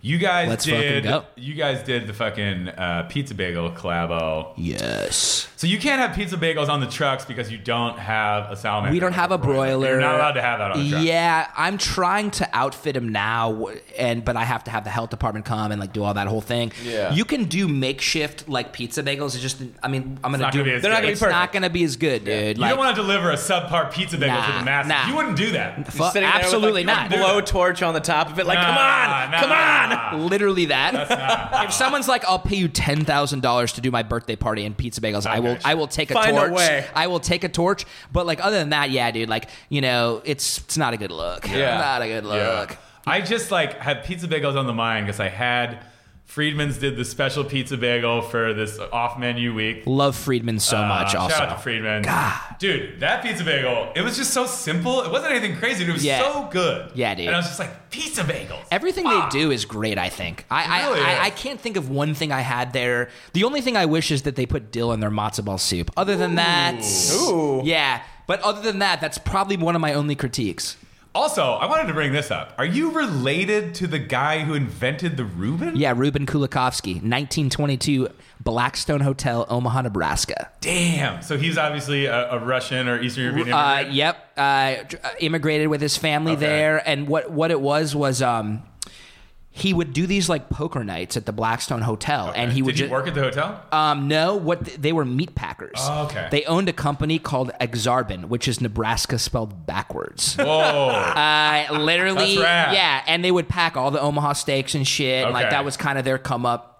Speaker 1: You guys
Speaker 3: Let's fucking
Speaker 1: did.
Speaker 3: go.
Speaker 1: You guys did the fucking uh, pizza bagel collabo.
Speaker 3: Yes.
Speaker 1: So you can't have pizza bagels on the trucks because you don't have a salamander.
Speaker 3: We don't have a broiler.
Speaker 1: You're not allowed to have that on the truck.
Speaker 3: Yeah, I'm trying to outfit him now, w- and but I have to have the health department come and like do all that whole thing.
Speaker 2: Yeah.
Speaker 3: you can do makeshift like pizza bagels. It's just, I mean, I'm gonna
Speaker 1: not
Speaker 3: do.
Speaker 1: gonna be as
Speaker 2: They're not good. gonna be
Speaker 3: it's not
Speaker 2: perfect.
Speaker 3: gonna be as good, dude.
Speaker 1: You
Speaker 3: Like,
Speaker 1: don't want to deliver a subpar pizza bagel to
Speaker 3: Nah,
Speaker 1: the masses.
Speaker 3: nah.
Speaker 1: You wouldn't do that.
Speaker 3: fu-
Speaker 2: Sitting there with,
Speaker 3: absolutely
Speaker 2: like,
Speaker 3: not.
Speaker 2: a Blowtorch on the top of it, like
Speaker 1: Nah,
Speaker 2: come on,
Speaker 1: nah,
Speaker 2: come on.
Speaker 3: Literally that.
Speaker 1: nah.
Speaker 3: if someone's like, "I'll pay you ten thousand dollars to do my birthday party and pizza bagels," I
Speaker 1: Okay, sure.
Speaker 3: will. I will take a
Speaker 2: Find a
Speaker 3: torch.
Speaker 2: way.
Speaker 3: I will take a torch. But like, other than that, yeah, dude. Like, you know, it's it's not a good look.
Speaker 2: Yeah.
Speaker 3: not a good
Speaker 1: Yeah.
Speaker 3: look.
Speaker 1: I just like had pizza bagels on the mind because I had Friedman's did the special pizza bagel for this off menu week.
Speaker 3: Love Friedman so
Speaker 1: Uh,
Speaker 3: much.
Speaker 1: shout
Speaker 3: Also,
Speaker 1: out to Friedman.
Speaker 3: God.
Speaker 1: Dude, that pizza bagel, it was just so simple. It wasn't anything crazy, but it was
Speaker 3: Yeah.
Speaker 1: so good.
Speaker 3: Yeah, dude.
Speaker 1: And I was just like, pizza bagels.
Speaker 3: Everything they do is great. I think. I
Speaker 1: Really
Speaker 3: I, I, I
Speaker 1: is.
Speaker 3: can't think of one thing I had there. The only thing I wish is that they put dill in their matzo ball soup. Other than that,
Speaker 2: Ooh.
Speaker 3: yeah. But other than that, that's probably one of my only critiques.
Speaker 1: also, I wanted to bring this up. Are you related to the guy who invented the Reuben?
Speaker 3: Yeah, Ruben Kulikovsky, 1922, Blackstone Hotel, Omaha, Nebraska.
Speaker 1: Damn. So he's obviously a, a Russian or Eastern European
Speaker 3: Uh,
Speaker 1: immigrant.
Speaker 3: yep, uh, dr- uh, immigrated with his family
Speaker 1: Okay.
Speaker 3: there, and what what it was was um, he would do these like poker nights at the Blackstone Hotel, and he
Speaker 1: Did
Speaker 3: would
Speaker 1: you
Speaker 3: ju-
Speaker 1: work at the hotel?
Speaker 3: Um, no, what th- they were meat packers.
Speaker 1: Oh, okay.
Speaker 3: They owned a company called Exarban, which is Nebraska spelled backwards.
Speaker 1: Whoa.
Speaker 3: Uh, literally,
Speaker 1: That's rad.
Speaker 3: yeah, and they would pack all the Omaha steaks and shit. and, like
Speaker 1: Okay.
Speaker 3: that was kind of their come up.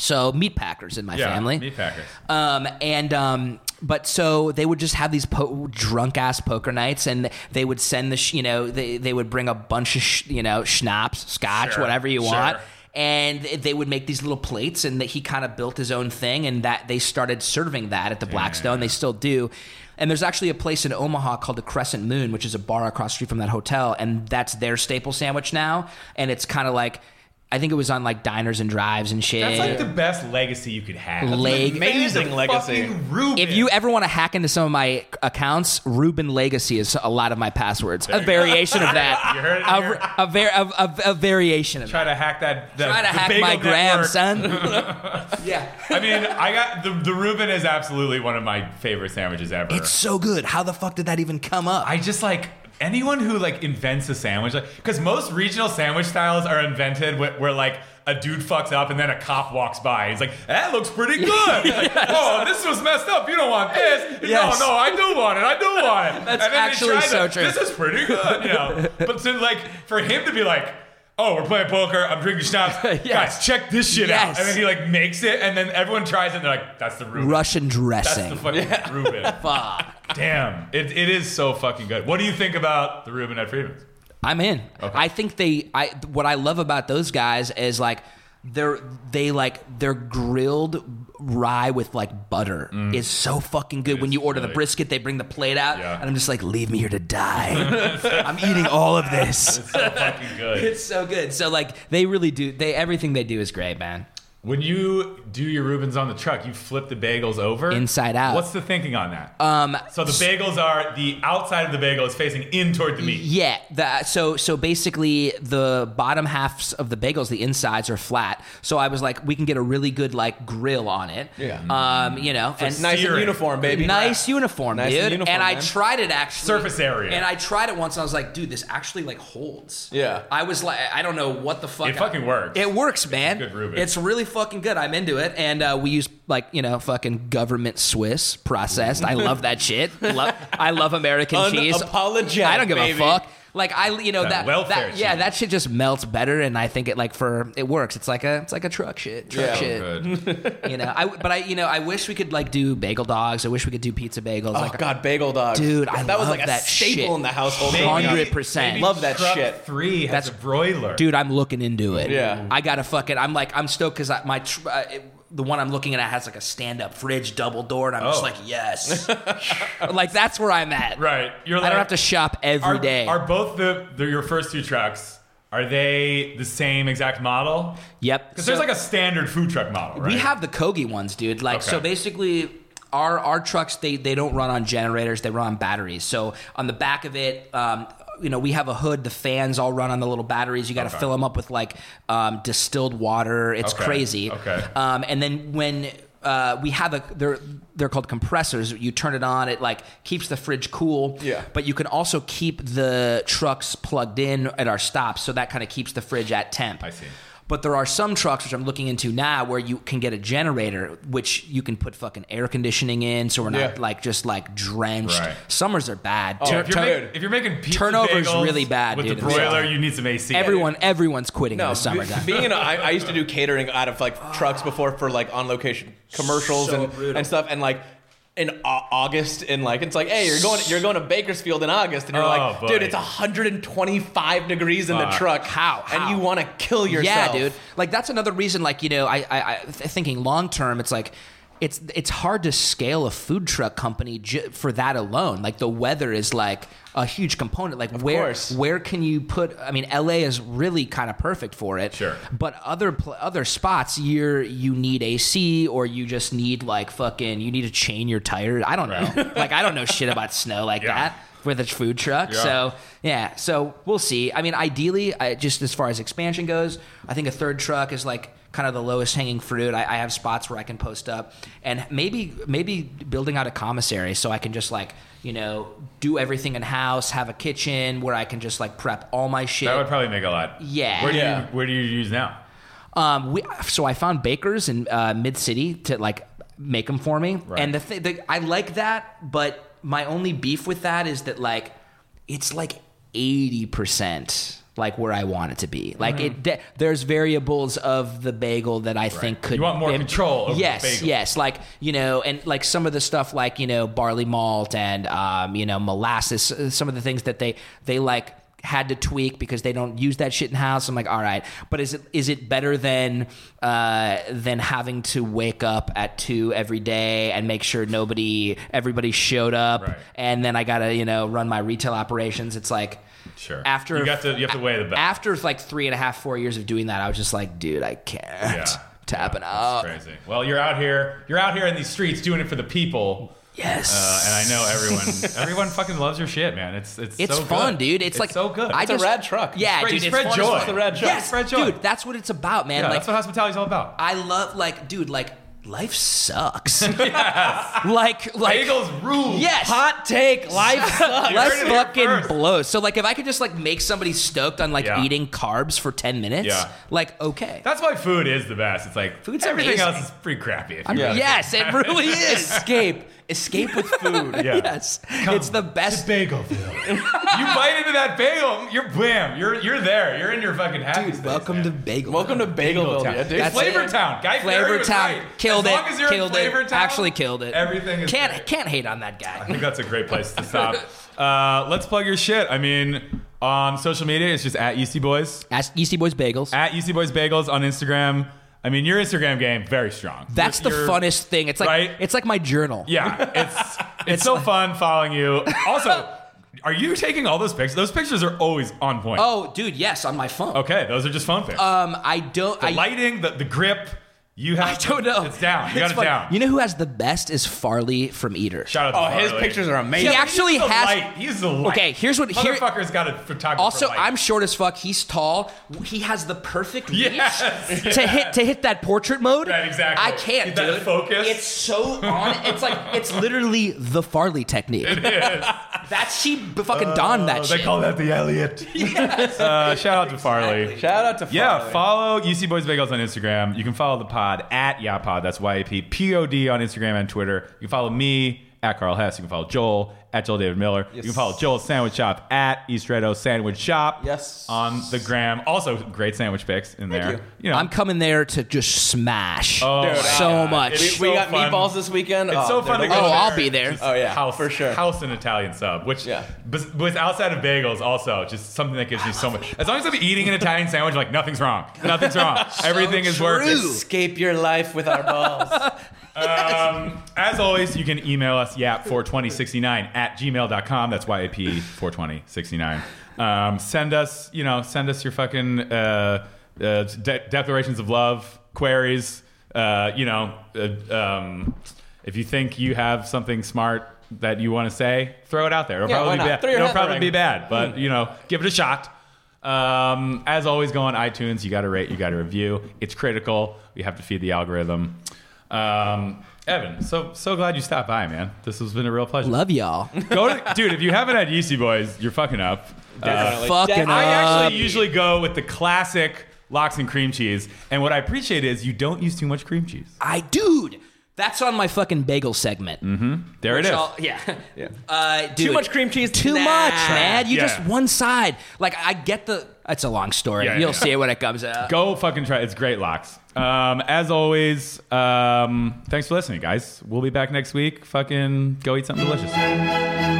Speaker 3: So meat packers in my
Speaker 1: yeah,
Speaker 3: family.
Speaker 1: Meat packers.
Speaker 3: Um, and um, but so they would just have these po- drunk ass poker nights, and they would send the sh- you know they they would bring a bunch of sh- you know schnapps, scotch,
Speaker 1: Sure,
Speaker 3: whatever you want.
Speaker 1: sure.
Speaker 3: And they would make these little plates, and that he kind of built his own thing, and that they started serving that at the Blackstone. They still do, and there's actually a place in Omaha called the Crescent Moon, which is a bar across the street from that hotel, and that's their staple sandwich now. And it's kind of like, I think it was on like diners and drives and shit.
Speaker 1: That's like the best legacy you could have.
Speaker 3: Leg-
Speaker 2: Amazing
Speaker 1: That is a
Speaker 2: legacy.
Speaker 1: fucking Reuben.
Speaker 3: If you ever want to hack into some of my accounts, Ruben Legacy is a lot of my passwords. a variation of that.
Speaker 1: You heard it
Speaker 3: a,
Speaker 1: here.
Speaker 3: a, var- a, a, a variation of
Speaker 1: try
Speaker 3: that.
Speaker 1: to hack that, the,
Speaker 3: Try to
Speaker 1: the
Speaker 3: hack
Speaker 1: bagel
Speaker 3: my gram,
Speaker 1: network.
Speaker 3: son. yeah.
Speaker 1: I mean, I got the the Reuben is absolutely one of my favorite sandwiches ever.
Speaker 3: It's so good. How the fuck did that even come up?
Speaker 1: I just like anyone who like invents a sandwich, like because most regional sandwich styles are invented where, where like a dude fucks up and then a cop walks by. He's like, "That looks pretty good." He's like, "Oh, this was messed up. You don't want this."
Speaker 3: Yes.
Speaker 1: No, no, I do want it. I do want it.
Speaker 3: That's
Speaker 1: And then they
Speaker 3: actually
Speaker 1: try to-
Speaker 3: so true.
Speaker 1: This is pretty good, you know. but to like for him to be like. Oh, we're playing poker. I'm drinking schnapps.
Speaker 3: Yes.
Speaker 1: Guys, check this shit
Speaker 3: Yes.
Speaker 1: out. And then he like makes it, and then everyone tries it. and They're like, "That's the Reuben.
Speaker 3: Russian
Speaker 1: That's the
Speaker 3: dressing.
Speaker 1: fucking Reuben."
Speaker 3: Fuck.
Speaker 1: Damn, it, it is so fucking good. What do you think about the Ruben at Friedman's?
Speaker 3: I'm in. I think they. I what I love about those guys is like they're they like they're grilled rye with like butter is so fucking Mm. good. When
Speaker 1: is
Speaker 3: you order the
Speaker 1: really-
Speaker 3: brisket, they bring the plate out,
Speaker 1: Yeah.
Speaker 3: and I'm just like, leave me here to die. I'm eating all of this.
Speaker 1: It's so fucking good.
Speaker 3: It's so good. So like they really do. They everything they do is great, man.
Speaker 1: When you do your Rubens on the truck, you flip the bagels over
Speaker 3: Inside out.
Speaker 1: What's the thinking on that? Um, so the bagels are the outside of the bagel is facing in toward the meat.
Speaker 3: Yeah, the, so so basically the bottom halves of the bagels, the insides are flat. So I was like, we can get a really good like grill on it.
Speaker 2: Yeah.
Speaker 3: um, you know, and
Speaker 2: Nice and
Speaker 1: Searing.
Speaker 2: uniform, baby.
Speaker 3: Nice uniform,
Speaker 2: Nice
Speaker 3: dude.
Speaker 2: uniform,
Speaker 3: and I
Speaker 2: man.
Speaker 3: tried it actually.
Speaker 1: Surface area.
Speaker 3: And I tried it once, and I was like, dude, this actually like holds.
Speaker 2: Yeah.
Speaker 3: I was like, I don't know what the fuck.
Speaker 1: It fucking works.
Speaker 3: It works, man.
Speaker 1: good Reuben.
Speaker 3: It's really fucking good. I'm into it, and uh, we use like you know fucking government Swiss processed. I love that shit. Love, I love American cheese.
Speaker 2: Unapologetic,
Speaker 3: I don't give
Speaker 2: baby.
Speaker 3: a fuck. Like I, you know
Speaker 1: That
Speaker 3: that,
Speaker 1: welfare
Speaker 3: that yeah,
Speaker 1: cheese.
Speaker 3: that shit just melts better, and I think it like for it works. It's like a it's like a truck shit, truck
Speaker 2: Yeah.
Speaker 1: So
Speaker 3: shit
Speaker 1: good.
Speaker 3: you know i but i you know i wish we could like do bagel dogs i wish we could do pizza bagels
Speaker 2: Oh
Speaker 3: like
Speaker 2: God, bagel dogs,
Speaker 3: Dude, I
Speaker 2: that was
Speaker 3: love
Speaker 2: like a
Speaker 3: that
Speaker 2: staple
Speaker 3: shit.
Speaker 2: in the household.
Speaker 1: Maybe-
Speaker 2: growing up.
Speaker 3: 100%.
Speaker 1: maybe
Speaker 2: Love that
Speaker 1: truck
Speaker 2: shit.
Speaker 1: Three has
Speaker 3: That's-
Speaker 1: a broiler.
Speaker 3: dude i'm looking into it
Speaker 2: Yeah.
Speaker 3: i gotta fucking i'm like i'm stoked because my tr- uh, it, the one i'm looking at has like a stand-up fridge double door and i'm just
Speaker 1: Oh.
Speaker 3: like yes like that's where i'm at
Speaker 1: Right. You're
Speaker 3: i
Speaker 1: like,
Speaker 3: don't have to shop
Speaker 1: are,
Speaker 3: every day.
Speaker 1: Are both the, the your first two trucks? Are they the same exact model?
Speaker 3: yep
Speaker 1: Because
Speaker 3: So-
Speaker 1: there's like a standard food truck model, right?
Speaker 3: We have the Kogi ones, dude. Like so
Speaker 1: Okay.
Speaker 3: basically our our trucks they they don't run on generators, they run on batteries. So on the back of it um you know, we have a hood. The fans all run on the little batteries. You got to 'em
Speaker 1: Okay.
Speaker 3: fill them up with like um, distilled water. It's
Speaker 1: Okay.
Speaker 3: crazy.
Speaker 1: Okay.
Speaker 3: Um, and then when uh, we have a, they're they're called compressors. You turn it on. It like keeps the fridge cool.
Speaker 2: Yeah.
Speaker 3: But you can also keep the trucks plugged in at our stops, so that kind of keeps the fridge at temp.
Speaker 1: I see.
Speaker 3: But there are some trucks which I'm looking into now where you can get a generator, which you can put fucking air conditioning in, so we're not
Speaker 2: Yeah.
Speaker 3: like just like drenched.
Speaker 1: Right. Oh,
Speaker 3: Summers are bad. Tur-
Speaker 1: If you're,
Speaker 3: tur-
Speaker 1: making, if you're making pizza
Speaker 3: Turnover's
Speaker 1: bagels
Speaker 3: really bad,
Speaker 1: with
Speaker 3: dude.
Speaker 1: the broiler,
Speaker 3: Yeah.
Speaker 1: you need some AC.
Speaker 3: everyone, everyone's quitting in
Speaker 2: No,
Speaker 3: the summer.
Speaker 2: be-
Speaker 3: guys.
Speaker 2: being in a, I, I used to do catering out of like trucks before for like on location commercials
Speaker 3: So
Speaker 2: and
Speaker 3: brutal.
Speaker 2: and stuff, and like in Au- August and like it's like, hey, you're going you're going to Bakersfield in August, and you're
Speaker 1: Oh,
Speaker 2: like, dude,
Speaker 1: buddy.
Speaker 2: it's 125 degrees in the
Speaker 1: Fuck.
Speaker 2: truck.
Speaker 3: How? How?
Speaker 2: And you want to kill yourself?
Speaker 3: Yeah, dude. Like that's another reason. Like you know, I, I, I th- thinking long term, it's like. It's, it's hard to scale a food truck company j- for that alone. Like the weather is like a huge component. Like where
Speaker 2: course.
Speaker 3: where can you put? I mean, LA is really kind of perfect for it.
Speaker 1: Sure.
Speaker 3: but other pl- other spots, you're you need AC or you just need like fucking you need to chain your tires. I don't know. like I don't know shit about snow like
Speaker 1: Yeah.
Speaker 3: that with a food truck.
Speaker 1: Yeah.
Speaker 3: So yeah, so we'll see. I mean, ideally, I, just as far as expansion goes, I think a third truck is like kind of the lowest hanging fruit. I, I have spots where I can post up, and maybe maybe building out a commissary so I can just like you know do everything in house, have a kitchen where I can just like prep all my shit.
Speaker 1: That would probably make a lot.
Speaker 3: Yeah.
Speaker 1: Where do
Speaker 2: Yeah.
Speaker 1: you where do you use now?
Speaker 3: Um, we, so I found bakers in uh, Mid City to like make them for me,
Speaker 1: Right.
Speaker 3: and the thing the, I like that, but my only beef with that is that like it's like eighty percent like where I want it to be. Like it, de- there's variables of the bagel that I think could
Speaker 1: You want more
Speaker 3: im-
Speaker 1: control over the
Speaker 3: yes,
Speaker 1: bagel.
Speaker 3: yes, like you know, and like some of the stuff like you know barley malt and um, you know molasses, uh, some of the things that they they like had to tweak because they don't use that shit in house. I'm like, all right, but is it is it better than uh, than having to wake up at two every day and make sure nobody everybody showed up
Speaker 1: Right.
Speaker 3: and then I gotta you know run my retail operations. It's like.
Speaker 1: Sure.
Speaker 3: After
Speaker 1: you got to you have to weigh the balance.
Speaker 3: after like three and a half, four years of doing that, I was just like, dude, I can't
Speaker 1: Yeah.
Speaker 3: tapping
Speaker 1: Yeah,
Speaker 3: out.
Speaker 1: That's crazy. Well, you're out here. You're out here in these streets doing it for the people.
Speaker 3: Yes.
Speaker 1: Uh, and I know everyone. everyone fucking loves your shit, man. It's it's
Speaker 3: It's
Speaker 1: so
Speaker 3: fun,
Speaker 1: good.
Speaker 3: dude. It's, like
Speaker 1: so good.
Speaker 3: I
Speaker 1: It's
Speaker 2: a
Speaker 3: just-
Speaker 2: rad truck.
Speaker 3: Yeah,
Speaker 1: Spread-
Speaker 3: duch. dude.
Speaker 1: spread
Speaker 3: it's fun
Speaker 1: joy.
Speaker 3: as fuck.
Speaker 1: The
Speaker 2: rad truck.
Speaker 3: Yes,
Speaker 1: Spread joy.
Speaker 3: dude. That's what it's about, man.
Speaker 1: yeah,
Speaker 3: like
Speaker 1: that's what hospitality's all about.
Speaker 3: I love, like, dude, like life sucks. Like, like.
Speaker 1: Bagels rule.
Speaker 3: Yes.
Speaker 2: Hot take. Life sucks.
Speaker 1: You heard
Speaker 3: Life
Speaker 1: it here
Speaker 3: fucking
Speaker 1: first.
Speaker 3: blows. So like, if I could just like make somebody stoked on like
Speaker 1: Yeah.
Speaker 3: eating carbs for ten minutes,
Speaker 1: Yeah.
Speaker 3: like okay,
Speaker 1: That's why food is the best. It's like
Speaker 3: Food's
Speaker 1: everything
Speaker 3: amazing.
Speaker 1: else is pretty crappy. If you
Speaker 2: Yeah.
Speaker 1: really
Speaker 3: yes, it really is.
Speaker 2: Escape. Escape with food.
Speaker 1: Yeah.
Speaker 3: Yes, it's the best.
Speaker 1: Bagelville. you bite into that bagel, you're bam, you're you're there. You're in your fucking happy
Speaker 3: Dude,
Speaker 1: space,
Speaker 3: welcome
Speaker 1: man.
Speaker 3: to Bagel.
Speaker 2: Welcome to Bagelville, yeah, dude.
Speaker 3: That's
Speaker 1: Flavor
Speaker 3: it.
Speaker 1: Town, Guy Fieri
Speaker 3: Flavor
Speaker 1: was
Speaker 3: Town
Speaker 1: right.
Speaker 3: killed
Speaker 1: As
Speaker 3: it.
Speaker 1: long as you're in
Speaker 3: killed
Speaker 1: Flavor
Speaker 3: it.
Speaker 1: Town,
Speaker 3: Actually killed it.
Speaker 1: everything is
Speaker 3: can't
Speaker 1: great.
Speaker 3: can't hate on that
Speaker 1: I
Speaker 3: guy.
Speaker 1: think that's a great place to stop. Uh, let's plug your shit. I mean, on social media, it's just at UC Boys,
Speaker 3: Ask Easty Boys Bagels.
Speaker 1: at UC Boys Bagels on Instagram. I mean, your Instagram game very strong.
Speaker 3: That's the
Speaker 1: Your- your-
Speaker 3: funnest thing. It's like
Speaker 1: Right?
Speaker 3: it's like my journal.
Speaker 1: Yeah, it's it's, so fun following you. Also, are you taking all those pictures? Those pictures are always on point.
Speaker 3: Oh, dude, yes, on my phone.
Speaker 1: Okay, those are just phone pics.
Speaker 3: Um, I don't.
Speaker 1: the
Speaker 3: I,
Speaker 1: lighting, the, the grip. You have
Speaker 3: I don't know.
Speaker 1: It's down. You got
Speaker 3: It's
Speaker 1: it
Speaker 3: funny.
Speaker 1: down.
Speaker 3: You know who has the best is Farley from Eater.
Speaker 1: Shout out. To
Speaker 2: Oh, his
Speaker 1: Farley.
Speaker 2: pictures are amazing.
Speaker 3: He actually
Speaker 1: He's the
Speaker 3: has.
Speaker 1: Light. He's the light.
Speaker 3: Okay, here's what- here-
Speaker 1: Motherfucker's got a photographer.
Speaker 3: Also,
Speaker 1: light.
Speaker 3: I'm short as fuck. He's tall. He has the perfect reach
Speaker 1: Yes,
Speaker 3: to hit to hit that portrait mode.
Speaker 1: Right, exactly.
Speaker 3: I can't,
Speaker 1: Get that
Speaker 3: dude.
Speaker 1: focus.
Speaker 3: It's so on. It's like it's literally the Farley technique. It is. That's she b- fucking donned
Speaker 2: Uh,
Speaker 3: that
Speaker 1: Oh, They
Speaker 3: shit.
Speaker 1: call that the Elliot. uh, shout out to Farley.
Speaker 2: Shout out to
Speaker 1: Yeah,
Speaker 2: Farley.
Speaker 1: follow UC Boys Bagels on Instagram. You can follow the pod at Yapod. That's Y A P P O D on Instagram and Twitter. You can follow me at Carl Hess. You can follow Joel at Joel David Miller. You can
Speaker 2: Yes.
Speaker 1: follow Joel's Sandwich Shop at East Red O Sandwich Shop.
Speaker 2: Yes.
Speaker 1: On the gram. Also, great sandwich pics in there.
Speaker 2: you.
Speaker 1: know,
Speaker 3: I'm coming there to just smash
Speaker 1: Oh my
Speaker 3: so
Speaker 1: God.
Speaker 3: much.
Speaker 1: It's
Speaker 2: we
Speaker 1: so
Speaker 2: got
Speaker 1: fun.
Speaker 2: meatballs this weekend.
Speaker 1: It's so fun to
Speaker 2: they're
Speaker 1: go.
Speaker 3: Oh,
Speaker 1: there.
Speaker 3: I'll be there.
Speaker 1: Just
Speaker 2: Oh, yeah,
Speaker 1: house
Speaker 2: for sure.
Speaker 1: House and Italian sub, which
Speaker 2: Yeah.
Speaker 1: bes- was outside of bagels, also just something that gives you so much. As long as I'm eating an Italian sandwich, I'm like nothing's wrong, nothing's wrong, everything is
Speaker 3: true.
Speaker 1: working.
Speaker 2: Escape your life with our balls.
Speaker 1: Um, as always, you can email us yap42069 at gmail.com. That's yap42069. Um, send us, you know, send us your fucking uh, uh, de- declarations of love, queries. Uh, you know, uh, um, if you think you have something smart that you want to say, throw it out there. It'll
Speaker 2: Yeah,
Speaker 1: probably
Speaker 2: why
Speaker 1: be
Speaker 2: not?
Speaker 1: bad.
Speaker 2: Throw your
Speaker 1: It'll
Speaker 2: hat in the
Speaker 1: probably
Speaker 2: ring.
Speaker 1: be bad, but you know, give it a shot. Um, as always, go on iTunes. You got to rate. You got to review. It's critical. We have to feed the algorithm. Um, Evan, so so glad you stopped by, man. This has been a real pleasure.
Speaker 3: Love y'all.
Speaker 1: Go to, dude. If you haven't had Yeasty Boys, you're fucking up. Uh,
Speaker 2: Definitely.
Speaker 3: fucking
Speaker 1: I
Speaker 3: up.
Speaker 1: actually usually go with the classic locks and cream cheese, and what I appreciate is you don't use too much cream cheese.
Speaker 3: I dude. That's on my fucking bagel segment.
Speaker 1: There Mm-hmm. it is.
Speaker 3: Y'all- yeah. Uh, dude,
Speaker 2: Too much cream cheese.
Speaker 3: Too
Speaker 2: Nah.
Speaker 3: much, man. You
Speaker 1: Yeah.
Speaker 3: just one side. Like I get the. It's a long story.
Speaker 1: Yeah, yeah,
Speaker 3: You'll
Speaker 1: yeah.
Speaker 3: see it when it comes out.
Speaker 1: Go fucking try. It's great locks. Um, as always, um, thanks for listening, guys. We'll be back next week. Fucking go eat something delicious.